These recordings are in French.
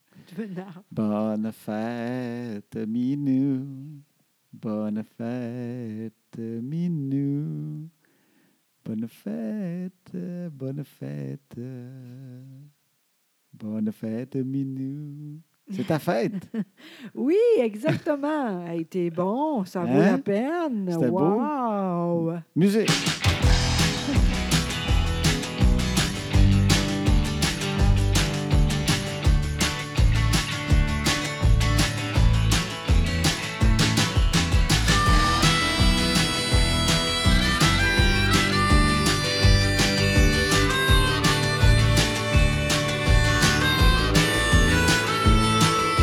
Connard. Bonne fête, Minou. Bonne fête, Minou. Bonne fête, bonne fête. Bonne fête, Minou. C'est ta fête. Oui, exactement. Elle était bon, ça vaut Hein? la peine. C'était beau. wow! Musique.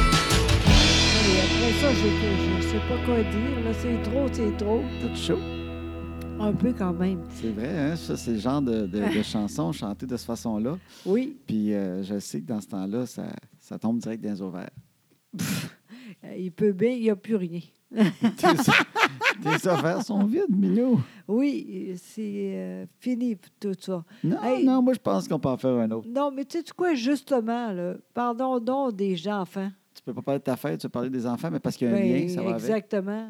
Et après ça, j'ai- je ne sais pas quoi dire. Là, c'est trop, c'est trop. Tout chaud. Un peu quand même. C'est vrai, hein? ça, c'est le genre de, de, de chanson chantée de cette façon-là. Oui, Puis euh, je sais que dans ce temps-là, ça, ça tombe direct dans les ovaires. euh, il peut bien, il n'y a plus rien. tes, tes ovaires sont vides, Minou. Oui, c'est euh, fini tout ça. Non, Hey. non, moi, je pense qu'on peut en faire un autre. Non, mais tu sais quoi, justement, là, pardon donc des gens enfants. Tu peux pas parler de ta fête, tu peux parler des enfants, mais parce qu'il y a un Ben, lien, ça va avec. exactement.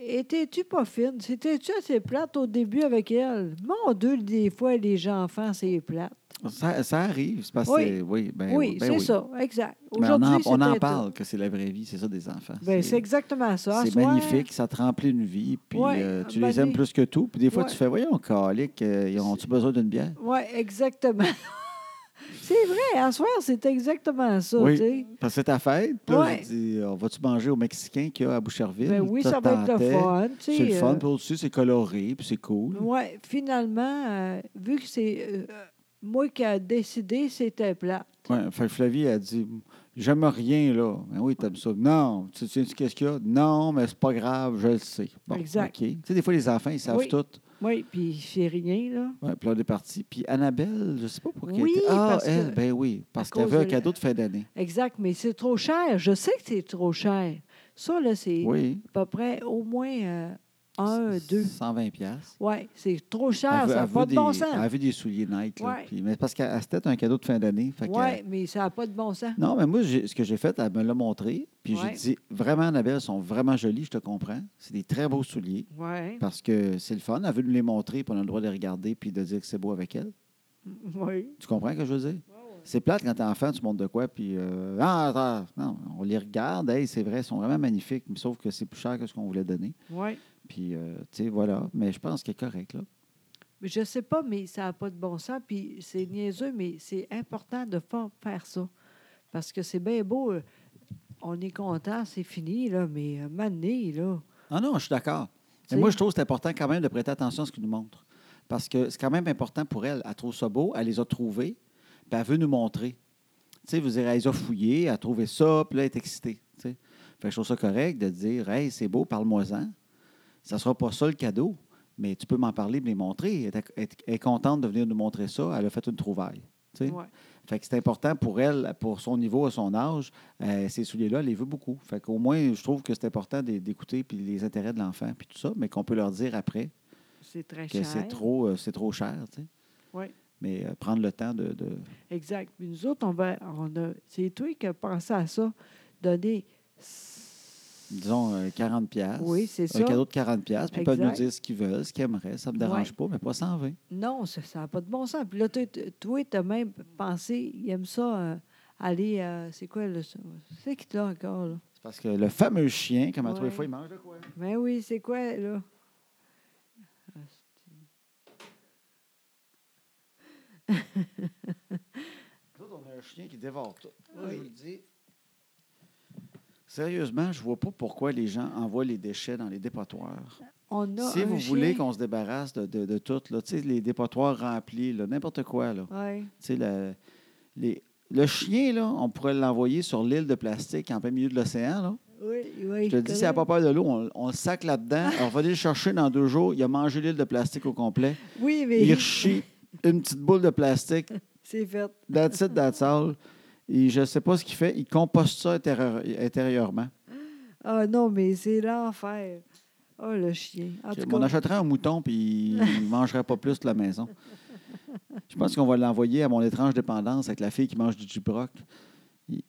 Étais-tu pas fine? C'était-tu assez plate au début avec elle? Mon Dieu, des fois, les gens enfants, c'est plate. Ça, ça arrive. c'est parce que Oui. c'est- oui, ben, oui, ben c'est ça, exact. Mais on en, Aujourd'hui, on en c'était- parle que c'est la vraie vie, c'est ça des enfants. Ben, c'est exactement ça. À c'est soir, magnifique, ça te remplit une vie, puis Ouais, euh, tu ben, les aimes des- plus que tout. Puis des fois, Ouais. tu fais, voyons, calique, euh, ils ont-tu besoin d'une bière? Oui, exactement. c'est vrai, à soir, c'est exactement ça. Oui. tu sais. Parce que c'est ta fête. Puis là, Ouais. je dis, euh, on va-tu manger au Mexicain qu'il y a à Boucherville? Ben oui, Ça, ça va être le tentait. fun. tu sais, C'est le fun. euh, Puis au-dessus, c'est coloré, puis c'est cool. ouais, finalement, euh, vu que c'est euh, moi qui a décidé, c'était plate. Ouais, fait que Flavie a dit J'aime rien, là. Ben oui, t'aimes ça. Non, tu sais, qu'est-ce qu'il y a Non, mais c'est pas grave, je le sais. Bon, Exact. OK. Tu sais, des fois, les enfants, ils savent Oui. tout. Oui, puis c'est rien, là. Ouais, puis là, on est parti. Puis Annabelle, je sais pas pourquoi. elle Oui, était- Ah, parce que- elle, ben oui, parce qu'elle cause avait un de la- cadeau de fin d'année. Exact, mais c'est trop cher. Je sais que c'est trop cher. Ça, là, c'est Oui. à peu près au moins euh, un, deux. 120 piastres. Oui, c'est trop Elle cher. veut- ça n'a elle pas veut de bon des- Elle sens. avait des souliers Nike. là. Ouais. Puis- mais parce qu'elle c'était un cadeau de fin d'année. Fait qu'elle- Oui, mais ça n'a pas de bon sens. Non, mais moi, j'ai- ce que j'ai fait, elle me l'a montré. Puis Ouais. j'ai dit, vraiment, Annabelle, ils sont vraiment jolis, je te comprends. C'est des très beaux souliers. Oui, Parce que c'est le fun. Elle veut nous les montrer, puis on a le droit de les regarder, puis de dire que c'est beau avec elle. oui. Tu comprends ce que je veux dire? C'est plate quand t'es enfant, tu montes de quoi, puis. euh, ah, attends, non, on les regarde, hey, c'est vrai, ils sont vraiment magnifiques, mais sauf que c'est plus cher que ce qu'on voulait donner. Oui. Puis, euh, tu sais, voilà. Mais je pense qu'il est correct, là. Mais Je sais pas, mais ça n'a pas de bon sens. Puis c'est niaiseux, mais c'est important de fa- faire ça. Parce que c'est bien beau. euh, On est content, c'est fini, là, mais euh, mané, là. Ah non, je suis d'accord. Tu Mais sais. moi, je trouve que c'est important quand même de prêter attention à ce qu'ils nous montrent. Parce que c'est quand même important pour elle. Elle trouve ça beau, elle les a trouvés, puis elle veut nous montrer. Tu sais, vous direz, elle les a fouillés, elle a trouvé ça, puis là, elle est excitée. tu sais. Fait que je trouve ça correct de dire, hey, c'est beau, parle-moi-en. Ça ne sera pas ça le cadeau, mais tu peux m'en parler, me les montrer. Elle est- elle est- elle est contente de venir nous montrer ça, elle a fait une trouvaille. tu sais. Ouais. Fait que c'est important pour elle, pour son niveau, à son âge. Euh, ces souliers-là, elle les veut beaucoup. Fait qu'au moins, je trouve que c'est important d'é- d'écouter puis les intérêts de l'enfant puis tout ça, mais qu'on peut leur dire après C'est très que cher. c'est trop, euh, c'est trop cher, tu sais. Ouais. Mais euh, prendre le temps de, de- Exact. Puis nous autres, on va, on a, c'est toi qui as pensé à ça, donner. disons, euh, 40 pièces. Oui, c'est Un ça. cadeau de 40 pièces, puis ils peuvent Exact. nous dire ce qu'ils veulent, ce qu'ils aimeraient. Ça me dérange Ouais. pas, mais pas 120. Non, ça n'a pas de bon sens. Puis là, toi, t- toi, t'as même pensé, il aime ça, euh, aller. euh, c'est quoi, le. C'est qui t'a encore, là? C'est parce que le fameux chien, comme à tous les Ouais. fois, il mange de quoi? hein? Mais oui, c'est quoi, là? Nous autres, on a un chien qui dévore tout. Moi, Oui. je vous le dis. Sérieusement, je vois pas pourquoi les gens envoient les déchets dans les dépotoirs. On a Si un vous voulez chien. qu'on se débarrasse de, de, de tout, là, tu sais, les dépotoirs remplis, là, n'importe quoi, là. Ouais. Tu sais, la- les- le chien, là, on pourrait l'envoyer sur l'île de plastique en plein milieu de l'océan. là. Oui, oui. Je te dis, s'il n'a pas peur de l'eau, on, on le sac là-dedans. On va aller le chercher dans deux jours. Il a mangé l'île de plastique au complet. Oui, mais Il chie une petite boule de plastique. c'est fait. That's it, that's all. Et je ne sais pas ce qu'il fait. Il composte ça intérieur- intérieurement. Ah non, mais c'est l'enfer. Oh, le chien. En tout on cas, achèterait un mouton, puis il ne mangerait pas plus de la maison. Je pense qu'on va l'envoyer à mon étrange dépendance avec la fille qui mange du Jubroc. Il-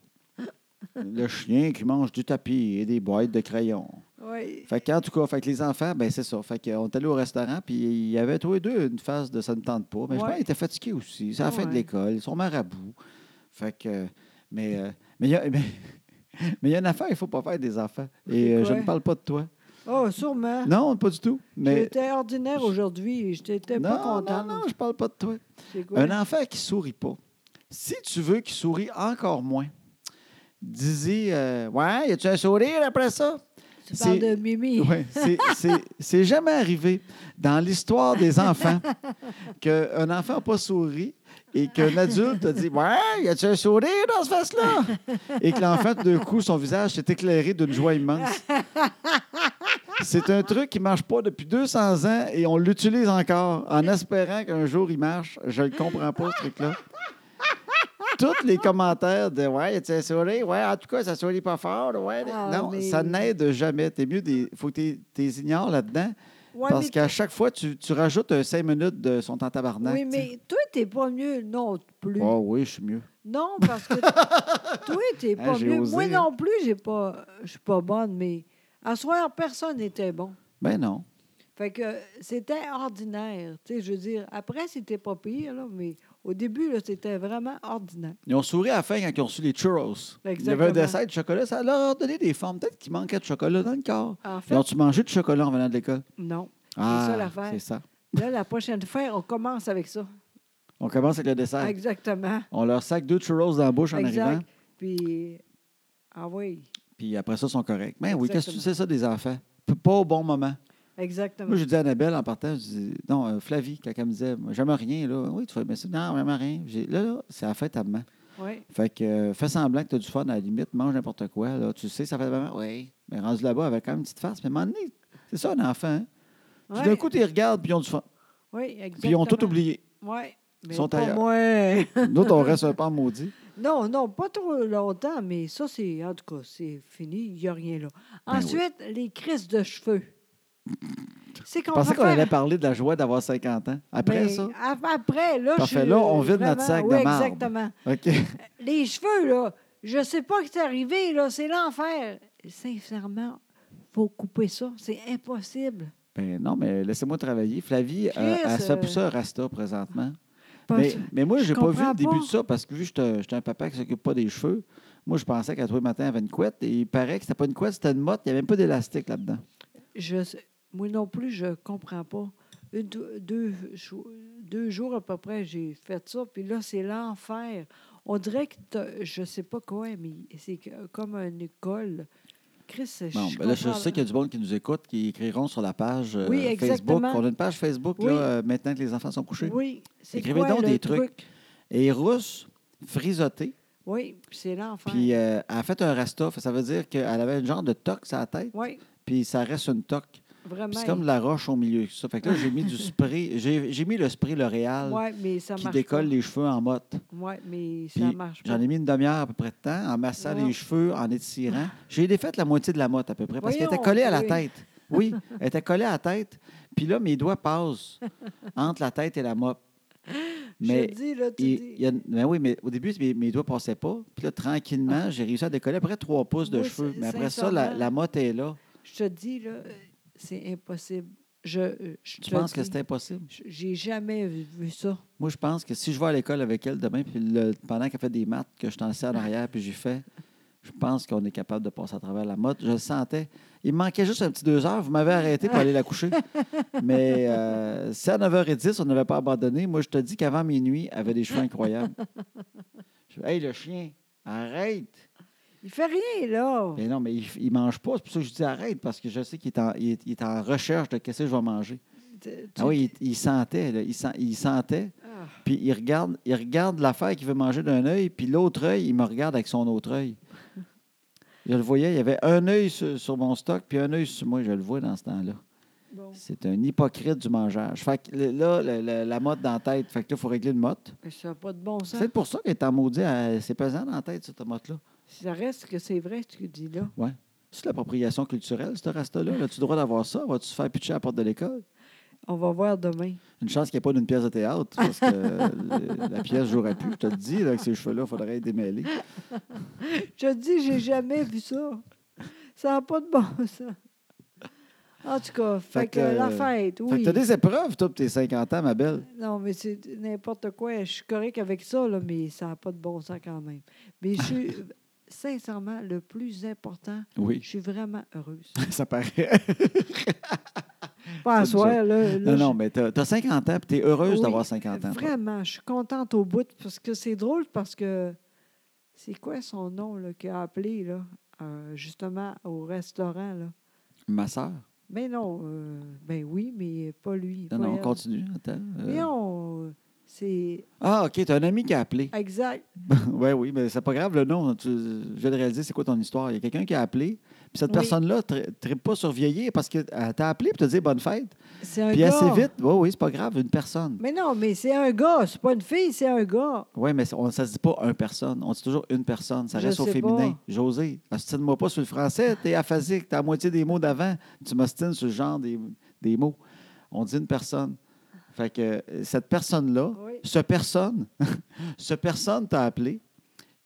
le chien qui mange du tapis et des boîtes de crayons. Oui. Fait que, en tout cas, fait que les enfants, ben c'est ça. Fait que, euh, on est allé au restaurant, puis il y avait tous les deux une phase de ça ne tente pas. Mais Ouais. je Ah pense qu'ils étaient fatigués aussi. C'est la fin de Ouais. l'école, ils sont marabouts. Fait que, euh, mais euh, mais il y a- mais- mais il y a une affaire, il ne faut pas faire des enfants. Et C'est euh, je quoi? ne parle pas de toi. Oh, sûrement. Non, pas du tout. Mais J'étais ordinaire aujourd'hui. Je n'étais pas non, non, contente. non, je parle pas de toi. C'est quoi? Un enfant qui sourit pas, si tu veux qu'il sourit encore moins, dis-y, euh, ouais, y a-tu un sourire après ça? tu c'est- parles de Mimi. Oui, c'est jamais arrivé dans l'histoire des enfants qu'un enfant n'a pas souri et qu'un adulte a dit Ouais, y a-tu un sourire dans ce face-là Et que l'enfant, tout d'un coup, son visage s'est éclairé d'une joie immense. C'est un truc qui ne marche pas depuis 200 ans et on l'utilise encore en espérant qu'un jour il marche. Je ne comprends pas ce truc-là. Tous les commentaires de Ouais, y a-tu un sourire Ouais, en tout cas, ça sourit pas fort. Ouais. Ah, non, mais- ça n'aide jamais. T'es mieux, des... faut que tu les ignores là-dedans. Ouais, Parce mais- qu'à chaque fois, tu, tu rajoutes un 5 minutes de son temps tabarnak. oui, tu sais. mais toi, t'es pas mieux non plus. Ah oui, je suis mieux. Non, parce que t- toi, t'es Hein, pas j'ai mieux. osé, Moi hein. non plus, j'ai pas, je suis pas bonne, mais à soir, personne n'était bon. Ben non. Fait que euh, c'était ordinaire. Tu sais, je veux dire, après, c'était pas pire, là, mais au début, là, c'était vraiment ordinaire. Ils ont souri à la fin quand ils ont reçu les churros. Il y avait un Exactement. dessert de chocolat. Ça leur a donné des formes. Peut-être qu'il manquait de chocolat dans le corps. En Ils fait, ont-tu mangé de chocolat en venant de l'école? non. Ah, ça, l'affaire. C'est ça. Là, la prochaine fois, on commence avec ça. On commence avec le dessert. Exactement. On leur sac deux churros dans la bouche en arrivant. Exact. Puis, ah oui, Puis après ça, ils sont corrects. Mais oui, qu'est-ce que tu Exactement. Ah sais ça des enfants? P- Pas au bon moment. exactement. Moi, j'ai dit à Annabelle en partant, je dis, non, euh, Flavie, quand elle me disait, j'aime rien, là. Oui, tu fais, mais ça, non, j'aime rien. J'ai dit, là, là, c'est la fête à maman. Oui. Fait que euh, fais semblant que tu as du fun à la limite, mange n'importe quoi. Là. Tu sais, ça fait vraiment. Oui. Mais rendu là-bas avec quand même une petite face. Mais à un moment donné, c'est ça un enfant. hein. Tout d'un Ouais. coup, tu les regardes, puis ils ont du fun. Oui, exactement. Puis ils ont tout oublié. Oui. Mais sont pas ailleurs. moi. Nous autres, on reste un pan maudit. Non, non, pas trop longtemps, mais ça, c'est. En tout cas, c'est fini, il n'y a rien là. Ben oui. Ensuite, les crises de cheveux. C'est Je qu'on pensais va qu'on faire- allait parler de la joie d'avoir 50 ans. Après Ben, ça. ap- Après, là, Parfait, je suis, là, on euh, vide notre sac de oui, marde. Exactement. OK. Les cheveux, là, je sais pas ce qui est arrivé, là, c'est l'enfer. Sincèrement, faut couper ça, c'est impossible. Ben non, mais laissez-moi travailler. Flavie, euh, Chris, elle se fait euh, pousser un rasta présentement. Pas- Mais, mais moi, je j'ai pas vu comprends le début pas. de ça parce que vu que j'étais- j'étais un papa qui s'occupe pas des cheveux, moi, je pensais qu'à tous les matins, elle avait une couette. Et il paraît que c'était pas une couette, c'était une motte. Il n'y avait même pas d'élastique là-dedans. Je sais- moi non plus, je comprends pas. Une, deux, deux jou- deux jours à peu près, j'ai fait ça, puis là, c'est l'enfer. On dirait que t'as- je sais pas quoi, mais c'est que- comme une école. Chris, Bon, je ben là, je comprends- sais qu'il y a du monde qui nous écoute, qui écriront sur la page euh, Oui, Facebook. exactement. On a une page Facebook là, Oui. euh, maintenant que les enfants sont couchés. Oui, c'est Écrivez quoi donc le des trucs. truc? Et Rousse, frisotée, Oui, puis c'est l'enfer. puis euh, elle a fait un rasta. Ça veut dire qu'elle avait une genre de toque sur la tête, oui, puis ça reste une toque. Puis vraiment. C'est comme de la roche au milieu. Ça fait que là, j'ai mis du spray. J'ai j'ai mis le spray L'Oréal Oui, mais ça qui marche décolle pas. les cheveux en motte. Oui, mais ça Puis marche pas. j'en ai mis une demi-heure à peu près de temps en massant Non. les cheveux, en étirant. J'ai défait la moitié de la motte à peu près parce qu'elle était Voyons, collée à la oui. tête. Oui, elle était collée à la tête. Puis là, mes doigts passent entre la tête et la motte. je Mais, te dis, là, tu il- dis- il y a- mais oui, mais au début, mes, mes doigts ne passaient pas. Puis là, tranquillement, j'ai réussi à décoller après trois pouces de Ah. Moi, cheveux. c'est- Mais après ça, la, sincèrement- la motte est là. je te dis, là, euh, c'est impossible. Je, euh, je Tu te penses que dis, c'est impossible? j- J'ai jamais vu- vu ça. Moi, je pense que si je vais à l'école avec elle demain, puis le- pendant qu'elle fait des maths, que je suis assis en arrière, puis j'ai fait, je pense qu'on est capable de passer à travers la mode. Je le sentais. Il me manquait juste un petit deux heures. Vous m'avez arrêté pour aller la coucher. Mais euh, si à 9h10, on n'avait pas abandonné, moi, je te dis qu'avant minuit, elle avait des cheveux incroyables. Je dis, hey, le chien, arrête! Il fait rien, là. Mais non, mais il ne mange pas. C'est pour ça que je dis arrête, parce que je sais qu'il est, en- il est- il est en recherche de qu'est-ce que je vais manger. Tu- tu- Ah oui, il, il sentait, là. il, sent- il sentait. Ah, Puis il regarde, il regarde l'affaire qu'il veut manger d'un œil, puis l'autre œil, il me regarde avec son autre œil. Je le voyais, il y avait un œil sur, sur mon stock, puis un œil sur moi, je le vois dans ce temps-là. bon. C'est un hypocrite du mangeage. Fait que le- là, le- le- la motte dans la tête, fait que là, il faut régler une motte. Mais Ça n'a pas de bon C'est sens. peut-être pour ça qu'elle est en maudit, elle- c'est pesant dans la tête, cette motte-là. Ça reste que c'est vrai ce que tu dis là. C'est l'appropriation culturelle, ce reste-là. As-tu le droit d'avoir ça? Vas-tu se faire pitcher à la porte de l'école? On va voir demain. Une chance qu'il n'y ait pas d'une pièce de théâtre, parce que euh, la pièce j'aurais pu. Je te le dis, là, avec ces cheveux-là, il faudrait les démêler. Je te dis, j'ai jamais vu ça. Ça n'a pas de bon sens. En tout cas, fait, Fait que, que, euh, la fête, Fait que oui. t'as des épreuves, toi, pour tes 50 ans, ma belle. Non, mais c'est n'importe quoi. Je suis correct avec ça, là, mais ça n'a pas de bon sens quand même. Mais je suis, sincèrement, le plus important, Oui. je suis vraiment heureuse. Ça paraît. Pas à C'est soir, là. là, Non, non, je- mais t'as as 50 ans, puis t'es heureuse Oui, d'avoir 50 ans. toi. Vraiment, je suis contente au bout parce que c'est drôle parce que c'est quoi son nom là, qui a appelé là, euh, justement au restaurant là. Ma sœur. Mais non, euh, ben oui, mais pas lui. Non, pas non, on elle. continue. Attends. euh. Mais on- c'est Ah, OK, t'as un ami qui a appelé. exact. oui, oui, mais c'est pas grave le nom. Tu- je viens de réaliser c'est quoi ton histoire. Il y a quelqu'un qui a appelé, puis cette Oui. personne-là ne tripe pas sur vieillir parce qu'elle t'a appelé pour te dire bonne fête. C'est un Puis gars. assez vite, oui, oui, c'est pas grave, une personne. Mais non, mais c'est un gars, c'est pas une fille, c'est un gars. Oui, mais on- ça se dit pas un personne. On dit toujours une personne. Ça Je reste au sais féminin. pas. José, astine-moi pas sur le français. T'es aphasique. T'as la moitié des mots d'avant. Tu m'ostines sur le genre des, des mots. On dit une personne. Fait que euh, cette personne-là, Oui. ce personne, ce personne t'a appelé.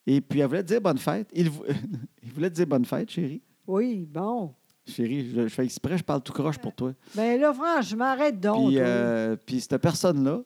Et puis elle voulait te dire bonne fête. Il, vou- il voulait te dire bonne fête, chérie. Oui, bon. Chérie, je, je fais exprès, je parle tout croche pour toi. Ben là, franchement, arrête donc. puis, toi. euh, puis cette personne-là,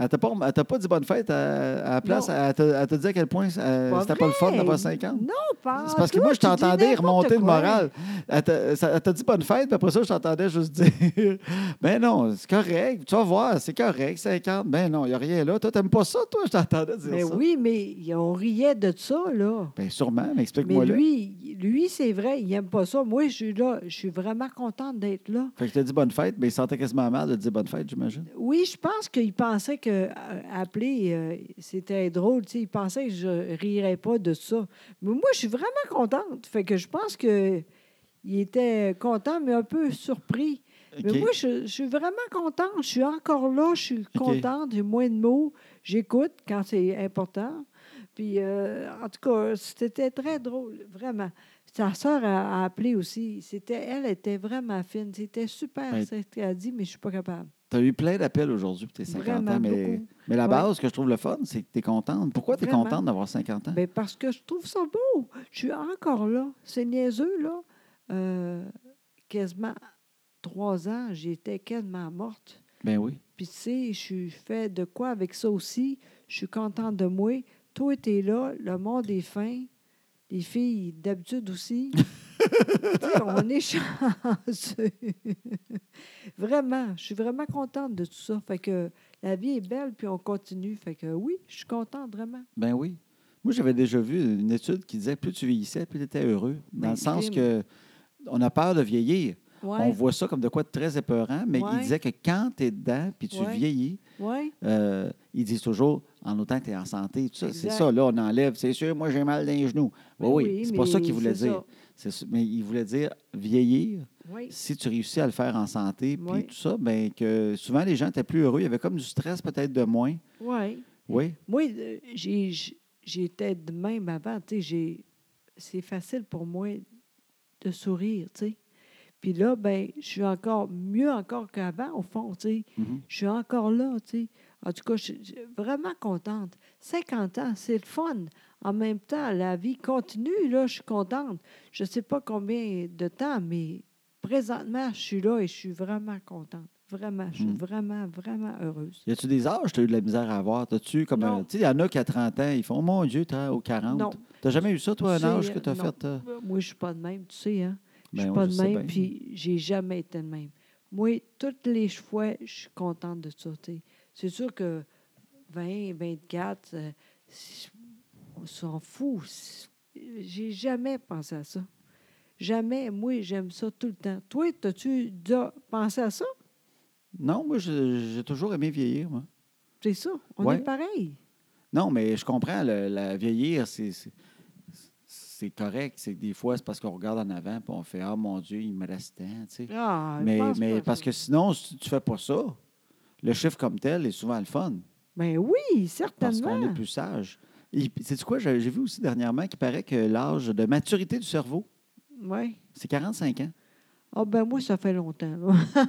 elle t'a pas, elle t'a pas dit bonne fête à, à la place. Non. Elle te, elle te dit à quel point euh, Pas c'était pas le fun vrai. d'avoir 50. Non, pas. C'est parce que toi, moi, je tu dis t'entendais n'importe remonter le quoi. moral. Elle t'a ça- elle t'a dit bonne fête, puis après ça, je t'entendais juste dire Ben non, c'est correct, tu vas voir, c'est correct, 50. Ben non, il n'y a rien là. Toi, t'aimes pas ça, toi, je t'entendais dire Mais ça. oui, mais on riait de ça, là. Ben sûrement, mais Mais explique-moi là. lui, lui c'est vrai, il n'aime pas ça. Moi, je suis là, je suis vraiment contente d'être là. Fait que je t'ai dit bonne fête, mais il sentait quasiment mal de te dire bonne fête, j'imagine. Oui, je pense qu'il pensait que euh, appeler, euh, c'était drôle. tu sais, Il pensait que je rirais pas de ça. Mais moi, je suis vraiment contente. Fait que je pense que il était content, mais un peu surpris. OK. Mais moi, je, je suis vraiment contente. Je suis encore là. Je suis contente. J'ai moins de mots. J'écoute quand c'est important. Puis, euh, en tout cas, c'était très drôle, vraiment. Sa sœur a, a appelé aussi. C'était, elle était vraiment fine. C'était super, Ben, c'est ce qu'elle a dit, mais je suis pas capable. T'as eu plein d'appels aujourd'hui pour tes 50 Vraiment ans, mais, beaucoup. mais la Ouais. base que je trouve le fun, c'est que t'es contente. Pourquoi t'es Vraiment. contente d'avoir 50 ans? Ben, parce que je trouve ça beau. Je suis encore là. C'est niaiseux, là. Euh, quasiment trois ans, j'étais quasiment morte. Ben oui. Puis, tu sais, je suis fait de quoi avec ça aussi. Je suis contente de moi. Toi, t'es là. Le monde est fin. Les filles, d'habitude aussi. Tu sais, on est chanceux. vraiment, je suis vraiment contente de tout ça. Fait que la vie est belle, puis on continue. Fait que oui, je suis contente, vraiment. Ben oui. Moi, j'avais déjà vu une étude qui disait plus tu vieillissais, plus tu étais heureux. Dans Ben, le sens crime. que on a peur de vieillir. On Ouais, voit ça comme de quoi de très épeurant, mais Ouais. il disait que quand tu es dedans puis tu Ouais. vieillis, ouais. euh, ils disent toujours en autant que tu es en santé, tout ça. C'est Exact. ça, là, on enlève. C'est sûr, moi, j'ai mal dans les genoux. Ben Ben oui, oui, c'est pas ça mais qu'ils voulaient c'est dire. C'est ça, Mais ils voulaient dire vieillir, Oui, si tu réussis à le faire en santé, puis Oui. tout ça, ben que souvent les gens étaient plus heureux. Il y avait comme du stress peut-être de moins. ouais. Oui. Moi, euh, j'ai- j'- j'étais de même avant. tu sais, j'ai- C'est facile pour moi de sourire. tu sais. Puis là, ben, je suis encore mieux encore qu'avant, au fond. tu sais. Mhm. Je suis encore là. tu sais. En tout cas, je suis je suis vraiment contente. 50 ans, c'est le fun. En même temps, la vie continue. Là, je suis contente. Je ne sais pas combien de temps, mais présentement, je suis là et je suis vraiment contente. Vraiment, je suis Mhm. vraiment, vraiment heureuse. Y a-tu des âges que tu as eu de la misère à avoir? T'as-tu comme. Non. un- Tu sais, il y en a qui à 30 ans, ils font, oh mon Dieu, t'as au 40. Non. T'as jamais eu ça, toi, un C'est- âge que t'as non. fait? euh? Moi, je suis pas de même, tu sais, hein. Je suis Ben oui, pas je de sais même, bien. puis j'ai jamais été de même. Moi, toutes les fois, je suis contente de ça, tu sais. C'est sûr que 20, 24, euh, si- on s'en fout. Si- J'ai jamais pensé à ça. Jamais. Moi, j'aime ça tout le temps. Toi, t'as-tu déjà pensé à ça? Non, moi, je- j'ai toujours aimé vieillir, moi. C'est ça. On Ouais. est pareil. Non, mais je comprends, le- la vieillir, c'est. c'est- C'est correct. C'est que des fois, c'est parce qu'on regarde en avant puis on fait Ah mon Dieu, il me reste tant. tu sais. Ah, je mais pense mais pas à parce ça. que sinon, si tu fais pas ça, le chiffre comme tel est souvent le fun. Ben oui, Parce qu'on certainement. est plus sage. C'est quoi? J'ai j'ai vu aussi dernièrement qu'il paraît que l'âge de maturité du cerveau, Oui. c'est 45 ans. Ah, ben moi, ça fait longtemps. là.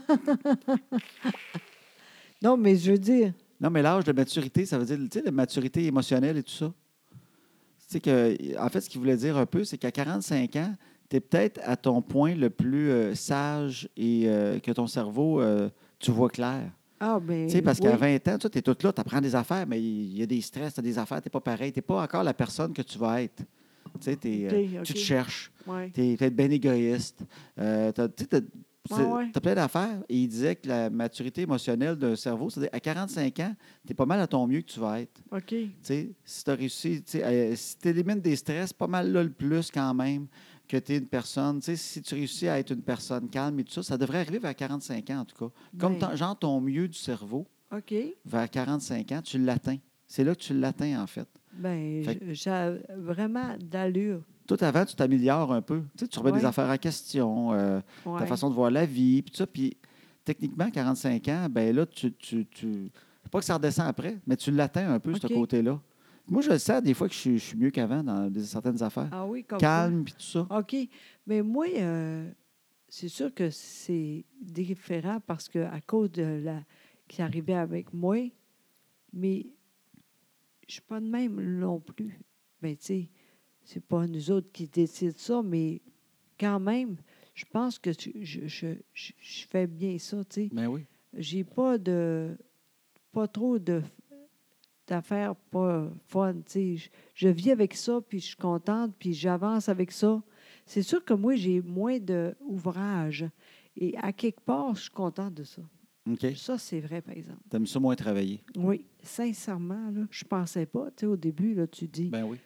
non, mais je veux dire, Non, mais l'âge de maturité, ça veut dire, tu sais, la maturité émotionnelle et tout ça. Tu sais que, en fait, ce qu'il voulait dire un peu, c'est qu'à 45 ans, tu es peut-être à ton point le plus euh, sage et euh, que ton cerveau, euh, tu vois clair. ah, ben. Tu sais, parce qu'à oui. 20 ans, tu es tout là, tu apprends des affaires, mais il y a des stress, tu as des affaires, tu n'es pas pareil, tu n'es pas encore la personne que tu vas être. Tu sais, t'es, euh, Ok, tu te ok. cherches, Ouais. tu es peut-être bien ben égoïste, euh, t'as- tu as, Ouais, ouais. plein d'affaires. Et il disait que la maturité émotionnelle d'un cerveau, c'est-à-dire à 45 ans, tu es pas mal à ton mieux que tu vas être. OK. Tu sais, si tu as réussi, tu sais, euh, si tu élimines des stress, pas mal là le plus quand même que tu es une personne. Tu sais, si tu réussis à être une personne calme et tout ça, ça devrait arriver vers 45 ans en tout cas. Comme Ben. ton- genre ton mieux du cerveau, OK. vers 45 ans, tu l'atteins. C'est là que tu l'atteins en fait. Ben, Fait j- j'ai vraiment d'allure. Tout avant, tu t'améliores un peu. Tu, sais, tu remets des Ouais. affaires en question, euh, ta Ouais. façon de voir la vie, puis tout ça. Puis techniquement, 45 ans, ben là, tu. tu, tu- c'est pas que ça redescend après, mais tu l'atteins un peu, OK. ce côté-là. Moi, je le sens des fois que je, suis- je suis mieux qu'avant dans des- certaines affaires. Ah oui, comme Ah, quoi. Calme, puis tout ça. OK. Mais moi, euh, c'est sûr que c'est différent parce que à cause de la qui arrivait avec moi, mais je suis pas de même non plus. Mais tu sais, c'est pas nous autres qui décident ça, mais quand même, je pense que tu- je, je, je- je fais bien ça, tu sais. Ben oui. J'ai pas de pas trop de d'affaires pas fun, tu sais. Je, je vis avec ça, puis je suis contente, puis j'avance avec ça. C'est sûr que moi, j'ai moins d'ouvrages. Et à quelque part, je suis contente de ça. OK. Ça, c'est vrai, par exemple. T'aimes ça moins travailler. Oui, sincèrement, là, je pensais pas. Tu sais, au début, là, tu dis Ben oui.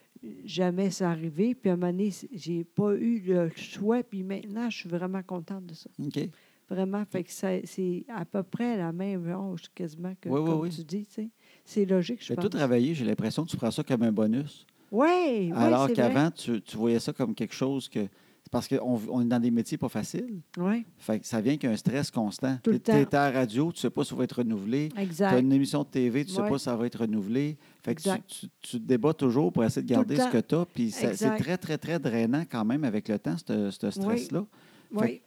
jamais ça arrivé. Puis à un moment donné, c- j'ai pas eu le choix. Puis maintenant, je suis vraiment contente de ça. OK. Vraiment, fait que ça- c'est à peu près la même chose quasiment que Oui, oui, comme oui. tu dis. tu sais. C'est logique, je Mais tout pense. travailler, j'ai l'impression que tu prends ça comme un bonus. Oui, alors oui, qu'avant, tu, tu voyais ça comme quelque chose que. C'est parce qu'on on est dans des métiers pas faciles. Oui, Fait que ça vient qu'un stress constant. Tout le T'es- t'es temps. à la radio, tu sais pas si ça va être renouvelé. Tu as exact. une émission de TV, tu sais Ouais. pas si ça va être renouvelé. Fait que tu, Exact. tu, tu te débats toujours pour essayer de Tout le garder ce temps. que tu as. Puis ça- c'est Exact. très, très, très drainant quand même avec le temps, ce ce stress-là. Oui,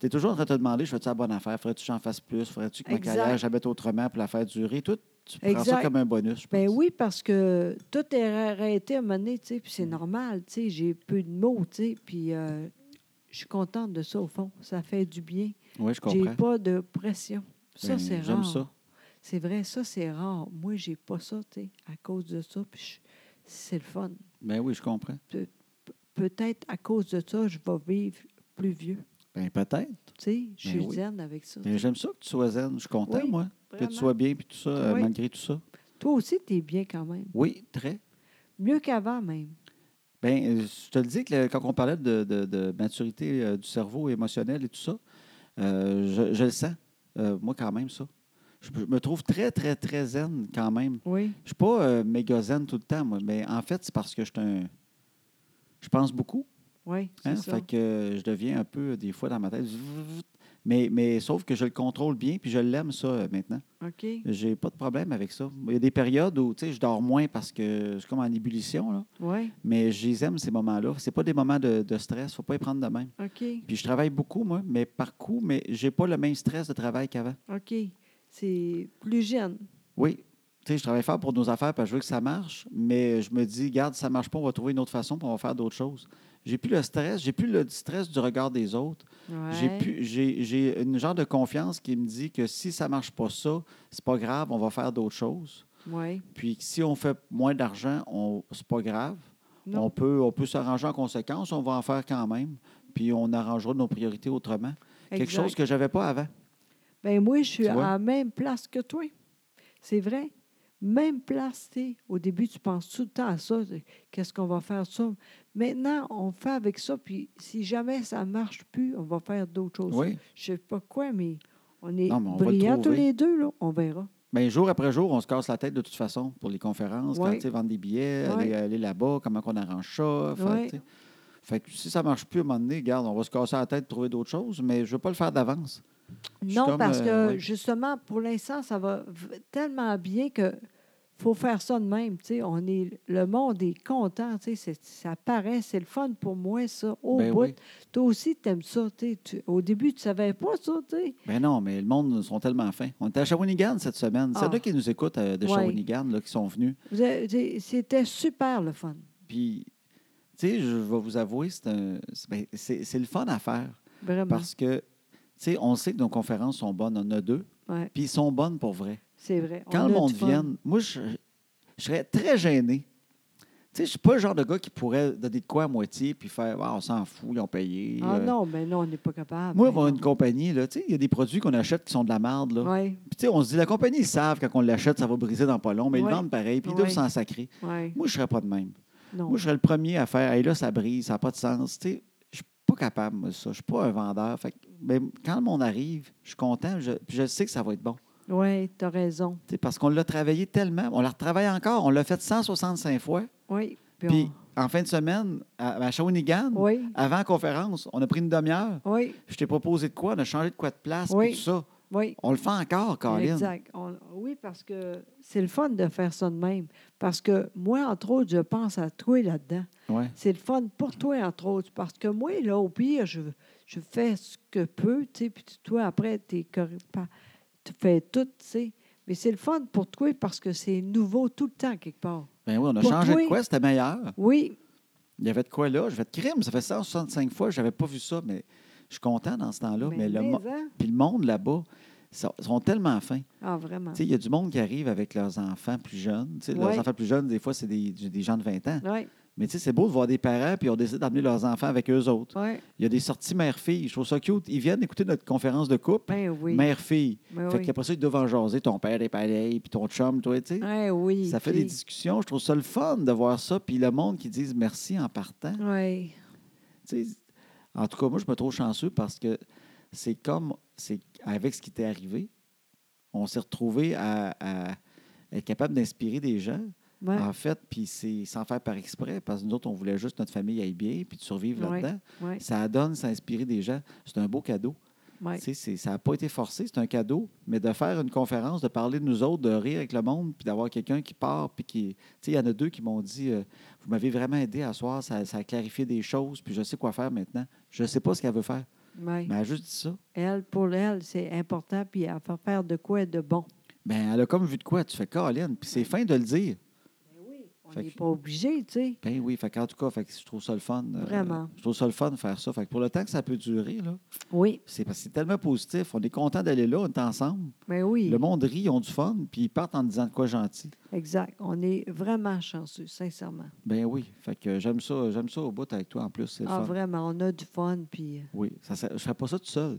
Tu es toujours en train de te demander, je fais-tu la bonne affaire? Faudrait-tu que j'en fasse plus? Faudrait-tu que ma Exact. carrière, je la mette autrement pour la faire durer? Tout, tu prends ça Exact. comme un bonus, je pense. ben oui, parce que tout est arrêté à un moment donné, tu sais, puis c'est normal, tu sais, j'ai peu de mots, tu sais, puis euh, je suis contente de ça, au fond. Ça fait du bien. Oui, je J'ai comprends. pas de pression. Ça, Ben, c'est J'aime rare. ça. C'est vrai, ça, c'est rare. Moi, j'ai pas ça, tu sais, à cause de ça, puis je- c'est le fun. Ben oui, je comprends. Peut-être à cause de ça, je vais vivre plus vieux, Ben peut-être. tu sais. Je Ben suis oui. zen avec ça. Ben, J'aime ça que tu sois zen. Je suis content, Oui, moi. Que vraiment. tu sois bien puis tout ça, euh, Oui. malgré tout ça. Toi aussi, tu es bien quand même. Oui, très. Mieux qu'avant, même. Ben, euh, je te le dis que le- quand on parlait de, de- de maturité euh, du cerveau émotionnel et tout ça, euh, je, je le sens. Euh, moi, quand même, ça. Je, je me trouve très, très, très zen quand même. Oui. Je ne suis pas euh, méga zen tout le temps, moi. Mais en fait, c'est parce que je suis un- Je pense beaucoup. Oui, c'est Hein? ça. Fait que euh, je deviens un peu, euh, des fois, dans ma tête. Mais, mais sauf que je le contrôle bien, puis je l'aime, ça, euh, maintenant. OK. J'ai pas de problème avec ça. Il y a des périodes où, tu sais, je dors moins parce que je suis comme en ébullition, là. Oui, Mais je les aime, ces moments-là. C'est pas des moments de, de stress. faut pas y prendre de même. OK. Puis je travaille beaucoup, moi, mais par coup, mais j'ai pas le même stress de travail qu'avant. OK. C'est plus jeune. Oui. Tu sais, je travaille fort pour nos affaires parce que je veux que ça marche, mais je me dis, garde, ça marche pas, on va trouver une autre façon, puis on va faire d'autres choses. J'ai plus le stress, j'ai plus le stress du regard des autres. Ouais. J'ai plus- J'ai j'ai une genre de confiance qui me dit que si ça marche pas ça, c'est pas grave, on va faire d'autres choses. Oui. Puis si on fait moins d'argent, on- c'est pas grave. Non. On peut, on peut s'arranger en conséquence, on va en faire quand même, puis on arrangera nos priorités autrement. Quelque Exact. chose que je n'avais pas avant. Ben moi, je suis Tu vois? à la même place que toi. C'est vrai. Même place, tu sais. Au début, tu penses tout le temps à ça. de Qu'est-ce qu'on va faire de ça? Maintenant, on fait avec ça, puis si jamais ça ne marche plus, on va faire d'autres choses. Oui. Je ne sais pas quoi, mais on est Non, mais on va le brillants tous trouver. les deux, là. On verra. Bien, Ben, jour après jour, on se casse la tête de toute façon pour les conférences, Oui. quand tu sais, vendre des billets, Oui. aller, aller là-bas, comment on arrange ça. faire, Oui. tu sais. Fait que si ça ne marche plus, à un moment donné, regarde, on va se casser la tête pour trouver d'autres choses, mais je ne veux pas le faire d'avance. Je suis Non, comme, parce que euh, ouais. justement, pour l'instant, ça va v- tellement bien que faut faire ça de même. tu sais. On est, le monde est content. tu sais, c'est- Ça paraît, c'est le fun pour moi, ça, au Ben bout. oui. Toi aussi, t'aimes ça. tu sais. Tu- au début, tu savais pas ça. tu sais. Ben non, mais le monde sont tellement fins. On était à Shawinigan cette semaine. Ah. C'est là qui nous écoutent euh, de Ouais. Shawinigan là, qui sont venus. Vous avez- c'est- C'était super le fun. Puis, tu sais, je vais vous avouer, c'est un- c'est- ben, c'est c'est le fun à faire Vraiment. parce que, tu sais, on sait que nos conférences sont bonnes. On en a deux, Ouais, puis ils sont bonnes pour vrai. c'est vrai. Quand On le a du monde fun. vienne, moi, je, je serais très gêné. Tu sais, je suis pas le genre de gars qui pourrait donner de quoi à moitié puis faire Ah, on s'en fout, ils ont payé. Ah euh. non, mais non, on n'est pas capable. Moi, mais avoir non. une compagnie, là, tu sais, il y a des produits qu'on achète qui sont de la merde. Là. Ouais, Puis, tu sais, on se dit, la compagnie, ils savent quand on l'achète, ça va briser dans pas long, mais Ouais. ils le vendent pareil, puis ils Ouais. doivent s'en sacrer. ouais, Moi, je serais pas de même. non. Moi, je serais le premier à faire, hey, là, ça brise, ça n'a pas de sens. Tu sais, je suis pas capable, moi, de ça. Je suis pas un vendeur. Fait que, mais quand le monde arrive, je suis content, je, puis je sais que ça va être bon. Oui, tu as raison. Tu sais, parce qu'on l'a travaillé tellement, on la retravaille encore, on l'a fait 165 fois. Oui. Puis, en fin de semaine, à, à Shawinigan, on- Oui, avant la conférence, on a pris une demi-heure. oui, Je t'ai proposé de quoi? On a changé de quoi de place, Oui. puis tout ça. oui. On le fait encore, Colin. Exact. On- oui, parce que c'est le fun de faire ça de même. Parce que moi, entre autres, je pense à toi là-dedans. Ouais. C'est le fun pour toi, entre autres. Parce que moi, là, au pire, je, je fais ce que peux, tu sais, puis toi, après, t'es correct- pas- tu fais tout, tu sais. Mais c'est le fun pour toi parce que c'est nouveau tout le temps, quelque part. Ben oui, on a Pour changé toi. de quoi, c'était meilleur. Oui, Il y avait de quoi là? Je vais te crime, ça fait 165 fois, je n'avais pas vu ça, mais je suis content dans ce temps-là. mais, Mais le, mais, mo- hein? puis le monde là-bas, ça- sont tellement fins. Ah, vraiment. Tu sais, Il y a du monde qui arrive avec leurs enfants plus jeunes. Tu sais, Ouais. Leurs enfants plus jeunes, des fois, c'est des, des gens de 20 ans. Oui, Mais tu sais, c'est beau de voir des parents, puis on décide d'emmener leurs enfants avec eux autres. oui. Il y a des sorties mère-fille, je trouve ça cute. Ils viennent écouter notre conférence de couple, Ben oui. mère-fille. Ben Fait oui. qu'après ça, ils doivent en jaser, ton père est pareil, puis ton chum, toi, tu sais. Ouais, Ben oui. Ça fait des discussions. Je trouve ça le fun de voir ça. Puis le monde qui disent merci en partant. Oui. Tu sais, en tout cas, moi, je me trouve chanceux parce que c'est comme c'est avec ce qui t'est arrivé, on s'est retrouvé à, à être capable d'inspirer des gens, Ouais. en fait, puis c'est sans faire par exprès, parce que nous autres, on voulait juste que notre famille aille bien, puis de survivre Ouais. là-dedans. ouais, Ça donne, ça inspirer des gens. C'est un beau cadeau. ouais. Tu sais, c'est- ça n'a pas été forcé, c'est un cadeau, mais de faire une conférence, de parler de nous autres, de rire avec le monde, puis d'avoir quelqu'un qui part, puis qui. Tu sais, il y en a deux qui m'ont dit euh, Vous m'avez vraiment aidé à soir, ça, ça a clarifié des choses, puis je sais quoi faire maintenant. Je ne sais pas ce qu'elle veut faire, ouais. mais elle a juste dit ça. Elle, pour elle, c'est important, puis elle va faire de quoi de bon. Ben, elle a comme vu de quoi, tu fais Caroline, puis c'est fin de le dire. On Fait n'est que- pas obligé, tu sais. Ben oui, fait en tout cas, fait que je trouve ça le fun. euh, Vraiment. je trouve ça le fun de faire ça. Fait que pour le temps que ça peut durer, là, Oui, c'est parce que c'est tellement positif. On est content d'aller là, on est ensemble. mais oui. Le monde rit, ils ont du fun, puis ils partent en disant de quoi gentil. Exact. On est vraiment chanceux, sincèrement. Ben oui, fait que j'aime ça, j'aime ça au bout avec toi en plus, c'est le Ah, fun. vraiment, on a du fun, puis euh, Oui, ça, ça- je ferais pas ça tout seul.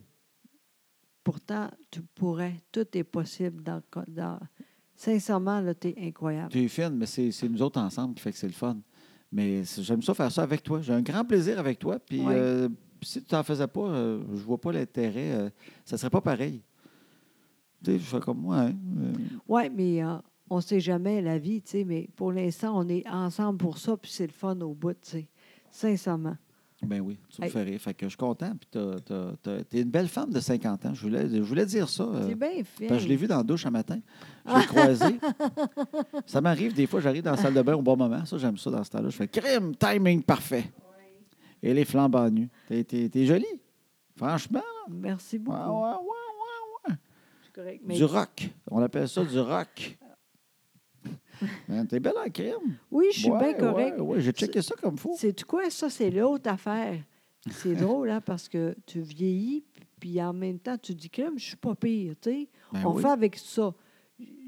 pourtant, tu pourrais. Tout est possible dans. le co- dans- Sincèrement, là, t'es incroyable. Tu es fine, mais c'est c'est nous autres ensemble qui fait que c'est le fun. Mais c'est- j'aime ça faire ça avec toi. J'ai un grand plaisir avec toi. Puis Oui. euh, si tu t'en faisais pas, euh, je vois pas l'intérêt. euh, ça serait pas pareil. Tu sais, je fais comme moi. hein, euh, Oui, mais euh, on ne sait jamais la vie, tu sais, mais pour l'instant, on est ensemble pour ça, puis c'est le fun au bout, tu sais. Sincèrement. ben oui, tu me Hey. fais rire. Fait que je suis content. Puis t'as- t'as- t'as- t'es une belle femme de 50 ans. Je voulais, je voulais dire ça. euh, C'est bien fait. Parce que je l'ai vu dans la douche un matin. Je Ah. l'ai croisé. ça m'arrive des fois, j'arrive dans la salle de bain au bon moment. Ça, j'aime ça dans ce temps-là. Je fais crime, timing parfait. Et les flambants nus. T'es, t'es- t'es jolie. Franchement. Merci ouais, beaucoup. ouais, ouais, ouais, ouais. C'est correct, mais- Du rock. On appelle ça du rock. Ben, t'es belle en crime. Oui, je suis Ouais, bien correct. Ouais, ouais, j'ai checké ça comme fou. C'est quoi ça? C'est l'autre affaire. C'est drôle, hein, parce que tu vieillis, puis en même temps, tu dis que je suis pas pire, tu sais. Ben On oui. fait avec ça.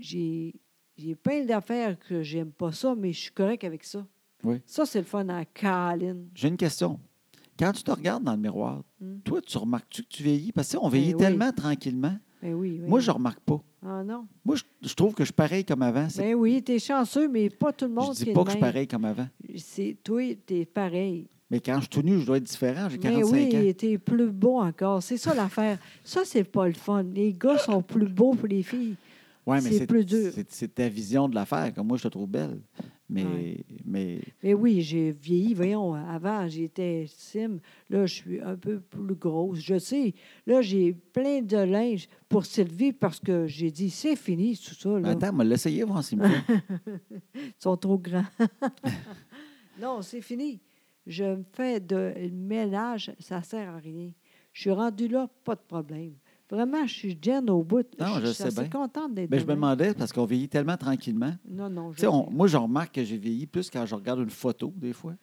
J'ai j'ai plein d'affaires que j'aime pas ça, mais je suis correct avec ça. Oui. Ça, c'est le fun à Caroline. J'ai une question. Quand tu te regardes dans le miroir, Mm. toi, tu remarques-tu que tu vieillis? Parce que tu sais, on vieillit Ben oui. tellement tranquillement. Ben oui, oui. Moi, je remarque pas. Ah non. Moi, je, je trouve que je suis pareil comme avant. C'est- Ben oui, t'es chanceux, mais pas tout le monde je qui dis est pas le que je suis même. pareil comme avant. C'est toi, t'es pareil. Mais quand je suis tout nu, je dois être différent. J'ai Mais 45 oui, ans. t'es plus beau encore. C'est ça l'affaire. Ça, c'est pas le fun. Les gars sont plus beaux pour les filles. Ouais, c'est plus dur. c'est- C'est ta vision de l'affaire. Comme moi, je te trouve belle. Mais, Ouais. mais Mais oui, j'ai vieilli. Voyons, avant, j'étais sim. Là, je suis un peu plus grosse. Je sais. Là, j'ai plein de linge pour Sylvie parce que j'ai dit, c'est fini, tout ça. mais Là. attends, on va l'essayer, voir s'il me fait. Ben, Ils sont trop grands. non, c'est fini. Je me fais de le ménage, ça ne sert à rien. Je suis rendue là, pas de problème. Vraiment, je suis Jen au bout. Non, je suis sais assez bien. contente d'être Ben, je me de même. demandais, parce qu'on vieillit tellement tranquillement. Non, non, je Tu sais, on- sais. moi, je remarque que j'ai vieilli plus quand je regarde une photo, des fois.